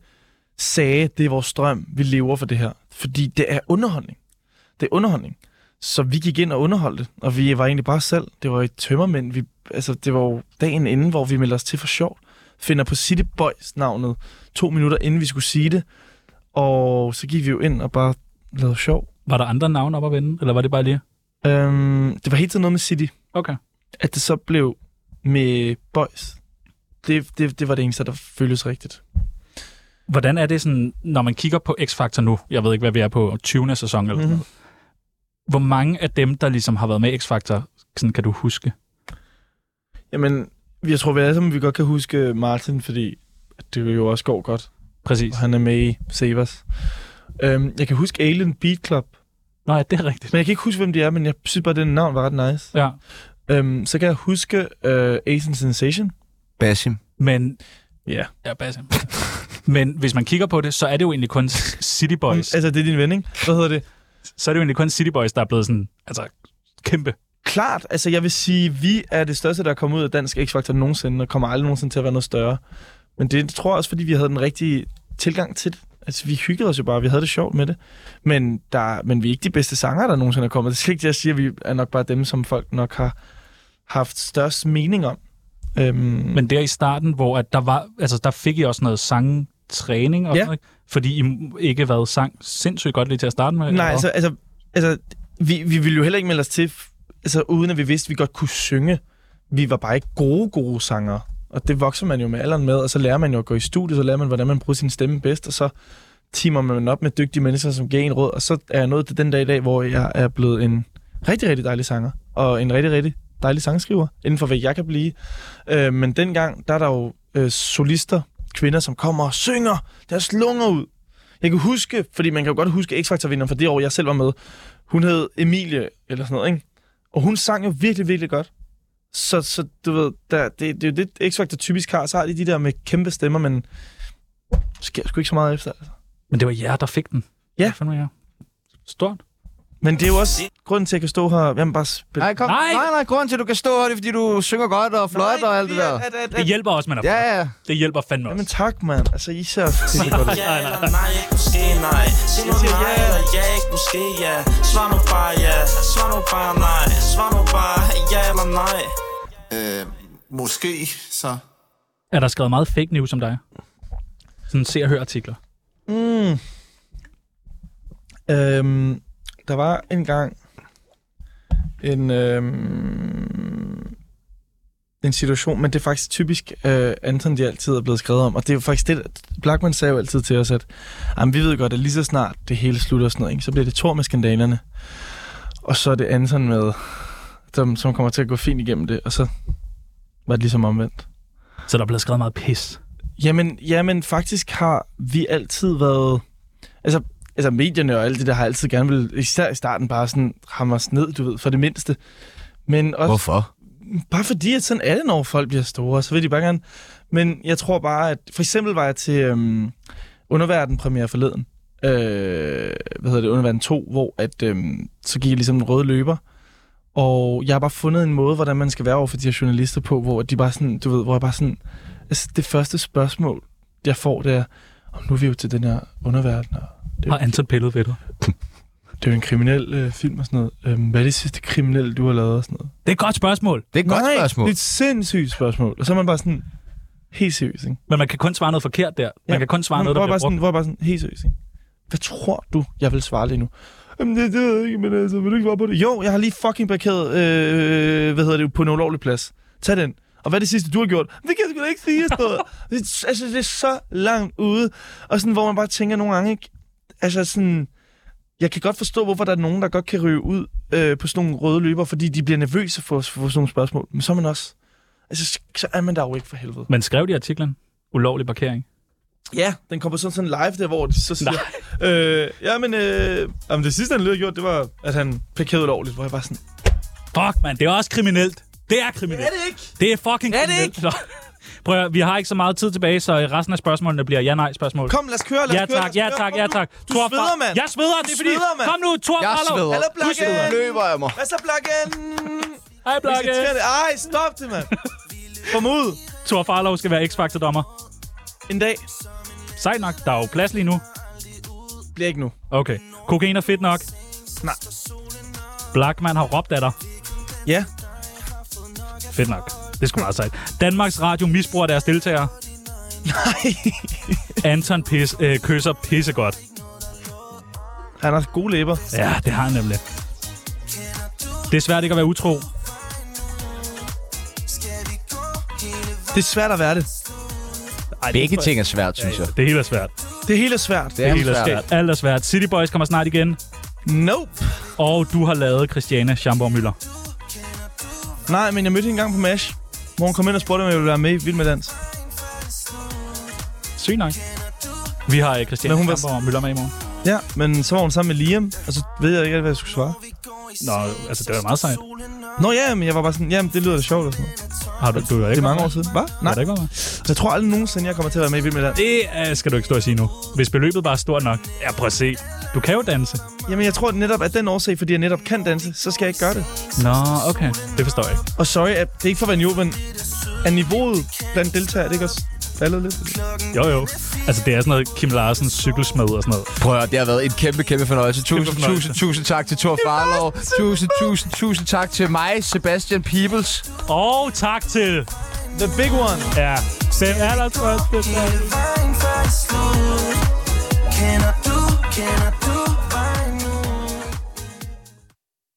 [SPEAKER 4] sagde, det er vores drøm, vi lever for det her. Fordi det er underholdning. Det er underholdning. Så vi gik ind og underholdte, det, og vi var egentlig bare os selv. Det var et tømmermænd. Vi, altså, det var jo dagen inden, hvor vi meldte os til for sjovt. Finder på City Boys navnet to minutter inden vi skulle sige det. Og så gik vi jo ind og bare lavede sjov.
[SPEAKER 2] Var der andre navne op at vende, eller var det bare lige?
[SPEAKER 4] Øhm, det var helt tiden noget med City.
[SPEAKER 2] Okay.
[SPEAKER 4] At det så blev med Boys. Det, det, det var det eneste, der føles rigtigt.
[SPEAKER 2] Hvordan er det sådan, når man kigger på X-Factor nu, jeg ved ikke, hvad vi er på 20. sæson
[SPEAKER 4] Mhm.
[SPEAKER 2] eller sådan noget. Hvor mange af dem, der ligesom har været med i X-Factor, sådan kan du huske?
[SPEAKER 4] Jamen, jeg tror vi alle sammen, vi godt kan huske øh, Martin, fordi det jo også går godt.
[SPEAKER 2] Præcis.
[SPEAKER 4] Og han er med i Save Us. Øhm, jeg kan huske Alien Beat Club,
[SPEAKER 2] Nej, det er rigtigt.
[SPEAKER 4] men jeg kan ikke huske, hvem de er, men jeg synes bare, at det navn var ret nice.
[SPEAKER 2] Ja.
[SPEAKER 4] Øhm, så kan jeg huske øh, Asian Sensation.
[SPEAKER 9] Basim.
[SPEAKER 2] Men,
[SPEAKER 4] Ja.
[SPEAKER 2] ja, Basim. Men hvis man kigger på det, så er det jo egentlig kun City Boys.
[SPEAKER 4] Altså, det er din vending. Hvad hedder det?
[SPEAKER 2] Så er det jo egentlig kun City Boys, der er blevet sådan, altså, kæmpe.
[SPEAKER 4] Klart, altså jeg vil sige, vi er det største, der er kommet ud af dansk X-Factor nogensinde, og kommer aldrig nogensinde til at være noget større. Men det tror jeg også, fordi vi havde den rigtige tilgang til det. Altså, vi hyggede os jo bare, vi havde det sjovt med det. Men, der, men vi er ikke de bedste sanger, der nogensinde er kommet. Det er slet ikke det, jeg siger, vi er nok bare dem, som folk nok har haft størst mening om. Øhm, men
[SPEAKER 2] Men der i starten, hvor at der var, altså, der fik I også noget sangtræning og
[SPEAKER 4] Ja.
[SPEAKER 2] sådan noget, ikke? fordi I m- ikke været sang sindssygt godt lige til at starte med.
[SPEAKER 4] Nej,
[SPEAKER 2] eller
[SPEAKER 4] altså,
[SPEAKER 2] hvad?
[SPEAKER 4] altså, altså vi, vi ville jo heller ikke melde os til, f- altså, uden at vi vidste, at vi godt kunne synge. Vi var bare ikke gode, gode sangere. Og det vokser man jo med alderen med, og så lærer man jo at gå i studiet, så lærer man, hvordan man bruger sin stemme bedst, og så timer man op med dygtige mennesker, som giver en råd, og så er jeg nået til den dag i dag, hvor jeg er blevet en rigtig, rigtig dejlig sanger, og en rigtig, rigtig dejlig sangskriver, inden for hvad jeg kan blive. Øh, men dengang, der er der jo øh, solister, kvinder, som kommer og synger deres lunger ud. Jeg kan huske, fordi man kan jo godt huske X-Factor-vinderen fra det år, jeg selv var med. Hun hed Emilie, eller sådan noget, ikke? Og hun sang jo virkelig, virkelig godt. Så, så du ved, der, det, det, er jo det, X-Factor typisk har. Så har de de der med kæmpe stemmer, men sker sgu ikke så meget efter. Altså.
[SPEAKER 2] Men det var jer, der fik den.
[SPEAKER 4] Ja.
[SPEAKER 2] Hvad jeg? Stort.
[SPEAKER 4] Men det er jo også grunden til, at jeg kan stå her. Jamen bare spil.
[SPEAKER 1] Nej, kom. Nej. nej, nej, grunden til, at du kan stå her, det er, fordi du synger godt og fløjter og alt det der.
[SPEAKER 2] Det hjælper også, man er
[SPEAKER 1] Ja, ja.
[SPEAKER 2] Det hjælper fandme også.
[SPEAKER 4] Jamen tak, mand. Altså, I ser pisse godt ud.
[SPEAKER 2] Nej, nej.
[SPEAKER 6] Nej, ikke måske nej Sig nu nej, eller ja, ikke måske ja Svar nu bare ja, svar nu bare nej Svar nu bare ja eller nej
[SPEAKER 8] Øh, måske så.
[SPEAKER 2] Er der skrevet meget fake news om dig? Sådan se og hør artikler.
[SPEAKER 4] Mm. Øhm, der var engang en, øhm, en situation, men det er faktisk typisk øh, Anton, de altid er blevet skrevet om. Og det er jo faktisk det, Blackman sagde jo altid til os, at jamen, vi ved godt, at lige så snart det hele slutter og sådan noget, ikke, så bliver det Thor med skandalerne. Og så er det Anton med, dem, som kommer til at gå fint igennem det, og så var det ligesom omvendt.
[SPEAKER 2] Så der er blevet skrevet meget pis.
[SPEAKER 4] Jamen, jamen faktisk har vi altid været... Altså, altså medierne og alt det der har altid gerne vil, især i starten, bare sådan hammer os ned, du ved, for det mindste. Men også,
[SPEAKER 1] Hvorfor?
[SPEAKER 4] Bare fordi, at sådan er det, når folk bliver store, så vil de bare gerne... Men jeg tror bare, at... For eksempel var jeg til øhm, Underverden premiere forleden. Øh, hvad hedder det? Underverden 2, hvor at, øhm, så gik jeg ligesom en rød løber. Og jeg har bare fundet en måde, hvordan man skal være over for de her journalister på, hvor de bare sådan, du ved, hvor jeg bare sådan, altså det første spørgsmål, jeg får, det er, og nu er vi jo til den her underverden, og det er
[SPEAKER 2] Har
[SPEAKER 4] jo,
[SPEAKER 2] Anton pillet ved dig?
[SPEAKER 4] det er jo en kriminel øh, film og sådan noget. Øhm, hvad er det sidste kriminelle, du har lavet og sådan noget?
[SPEAKER 2] Det er et godt spørgsmål.
[SPEAKER 1] Det er et godt
[SPEAKER 4] Nej,
[SPEAKER 1] spørgsmål.
[SPEAKER 4] det er et sindssygt spørgsmål. Og så er man bare sådan, helt seriøs, ikke?
[SPEAKER 2] Men man kan kun svare noget forkert der. Man
[SPEAKER 4] Ja.
[SPEAKER 2] kan kun svare
[SPEAKER 4] Men
[SPEAKER 2] noget,
[SPEAKER 4] hvor
[SPEAKER 2] der
[SPEAKER 4] jeg
[SPEAKER 2] bliver
[SPEAKER 4] bare sådan,
[SPEAKER 2] brugt.
[SPEAKER 4] Hvor jeg bare sådan, helt seriøst, ikke? Hvad tror du, jeg vil svare lige nu? Jamen, det, det ved jeg ikke, men altså, vil du ikke svare på det? Jo, jeg har lige fucking parkeret, øh, hvad hedder det, på en ulovlig plads. Tag den. Og hvad er det sidste, du har gjort? Det kan jeg sgu da ikke sige, jeg står. Det- altså, det er så langt ude. Og sådan, hvor man bare tænker nogle gange, ikke? Altså sådan, jeg kan godt forstå, hvorfor der er nogen, der godt kan ryge ud øh, på sådan nogle røde løber, fordi de bliver nervøse for, for sådan nogle spørgsmål. Men så er man også... Altså, så- så er man der jo ikke for helvede.
[SPEAKER 2] Men skrev de i artiklen? Ulovlig parkering.
[SPEAKER 4] Ja, den kommer sådan sådan live der, hvor de så siger... Øh, ja, men øh, jamen, det sidste, han lige har gjort, det var, at han parkerede ulovligt, hvor jeg bare sådan...
[SPEAKER 2] Fuck, mand. Det er også kriminelt. Det er kriminelt.
[SPEAKER 4] Er det ikke?
[SPEAKER 2] Det er fucking
[SPEAKER 4] Er det
[SPEAKER 2] kriminelt. Nå. Prøv at, høre, vi har ikke så meget tid tilbage, så resten af spørgsmålene bliver ja-nej-spørgsmål.
[SPEAKER 4] Kom, lad os køre, lad os
[SPEAKER 2] ja,
[SPEAKER 4] køre,
[SPEAKER 2] tak,
[SPEAKER 4] lad
[SPEAKER 2] ja,
[SPEAKER 4] os køre.
[SPEAKER 2] tak,
[SPEAKER 4] Kom
[SPEAKER 2] ja,
[SPEAKER 4] nu.
[SPEAKER 2] tak.
[SPEAKER 4] Du
[SPEAKER 2] Thor Fra-
[SPEAKER 4] sveder, mand.
[SPEAKER 2] Jeg sveder,
[SPEAKER 4] Du
[SPEAKER 2] det er fordi...
[SPEAKER 4] sveder, mand.
[SPEAKER 2] Kom nu, Thor
[SPEAKER 1] Jeg
[SPEAKER 2] Frelov.
[SPEAKER 1] sveder.
[SPEAKER 4] Hallo,
[SPEAKER 1] Du sveder.
[SPEAKER 4] Blakken!
[SPEAKER 1] Løber jeg mig.
[SPEAKER 4] Hvad så, Blakken?
[SPEAKER 2] Hej, Blakke.
[SPEAKER 4] Ej, stop det, mand. Kom ud.
[SPEAKER 2] Thor Farlov skal være X-Factor-dommer.
[SPEAKER 4] En dag.
[SPEAKER 2] Sejt nok. Der er jo plads lige nu.
[SPEAKER 4] Bliver ikke nu.
[SPEAKER 2] Okay. Kokain er fedt nok.
[SPEAKER 4] Nej.
[SPEAKER 2] Blackman har råbt af dig.
[SPEAKER 4] Ja.
[SPEAKER 2] Fedt nok. Det skulle meget sejt. Danmarks Radio misbruger deres deltagere. Nej. Anton pis, øh, kysser pissegodt.
[SPEAKER 4] Han har gode læber.
[SPEAKER 2] Ja, det har han nemlig. Det er svært ikke at være utro.
[SPEAKER 4] Det er svært at være det.
[SPEAKER 2] Ej,
[SPEAKER 1] Begge ting er svært, synes jeg.
[SPEAKER 2] Det hele er svært.
[SPEAKER 4] Det hele er svært.
[SPEAKER 1] Det er
[SPEAKER 2] hele
[SPEAKER 1] svært.
[SPEAKER 2] svært. Alt er svært. City Boys kommer snart igen.
[SPEAKER 4] Nope.
[SPEAKER 2] Og du har lavet Christiane Schamborg Møller.
[SPEAKER 4] Nej, men jeg mødte hende engang på MASH, hvor hun kom ind og spurgte, om jeg ville være med i Vild med Dans.
[SPEAKER 2] Sygt nok. Vi har øh, Christiane
[SPEAKER 4] Men hun var-
[SPEAKER 2] Schamborg Møller med i morgen.
[SPEAKER 4] Ja, men så var hun sammen med Liam, og så ved jeg ikke, hvad jeg skulle svare.
[SPEAKER 2] Nå, altså, det var meget sejt.
[SPEAKER 4] Nå ja, men jeg var bare sådan, jamen det lyder da sjovt og sådan noget.
[SPEAKER 2] Har du, du har
[SPEAKER 4] Det
[SPEAKER 2] ikke
[SPEAKER 4] er mange år siden. Hvad?
[SPEAKER 2] Nej.
[SPEAKER 4] Nej.
[SPEAKER 2] Har du ikke været med?
[SPEAKER 4] Jeg tror aldrig nogensinde, jeg kommer til at være med i Vild med Dans.
[SPEAKER 2] Det øh, skal du ikke stå og sige nu. Hvis beløbet bare er stort nok. Ja, prøv at se. Du kan jo danse.
[SPEAKER 4] Jamen, jeg tror netop, at den årsag, fordi jeg netop kan danse, så skal jeg ikke gøre det.
[SPEAKER 2] Nå, okay. Det forstår jeg ikke.
[SPEAKER 4] Og sorry, at det er ikke for at være naiv, men er niveauet blandt deltagere, er det ikke også faldet lidt?
[SPEAKER 2] Jo, jo. Altså, det er sådan noget Kim Larsens cykelsmed og sådan noget.
[SPEAKER 1] Prøv at høre, det har været en kæmpe, kæmpe fornøjelse. Tusind,
[SPEAKER 2] Kæmpe fornøjelse.
[SPEAKER 1] tusind, tusind tak til Thor Farlov. Tusind, tusind, tusind tak til mig, Sebastian Peebles.
[SPEAKER 2] Og tak til...
[SPEAKER 4] The big one!
[SPEAKER 2] Ja, den allerførste.
[SPEAKER 6] Hele vejen før det slut Kender du, kender du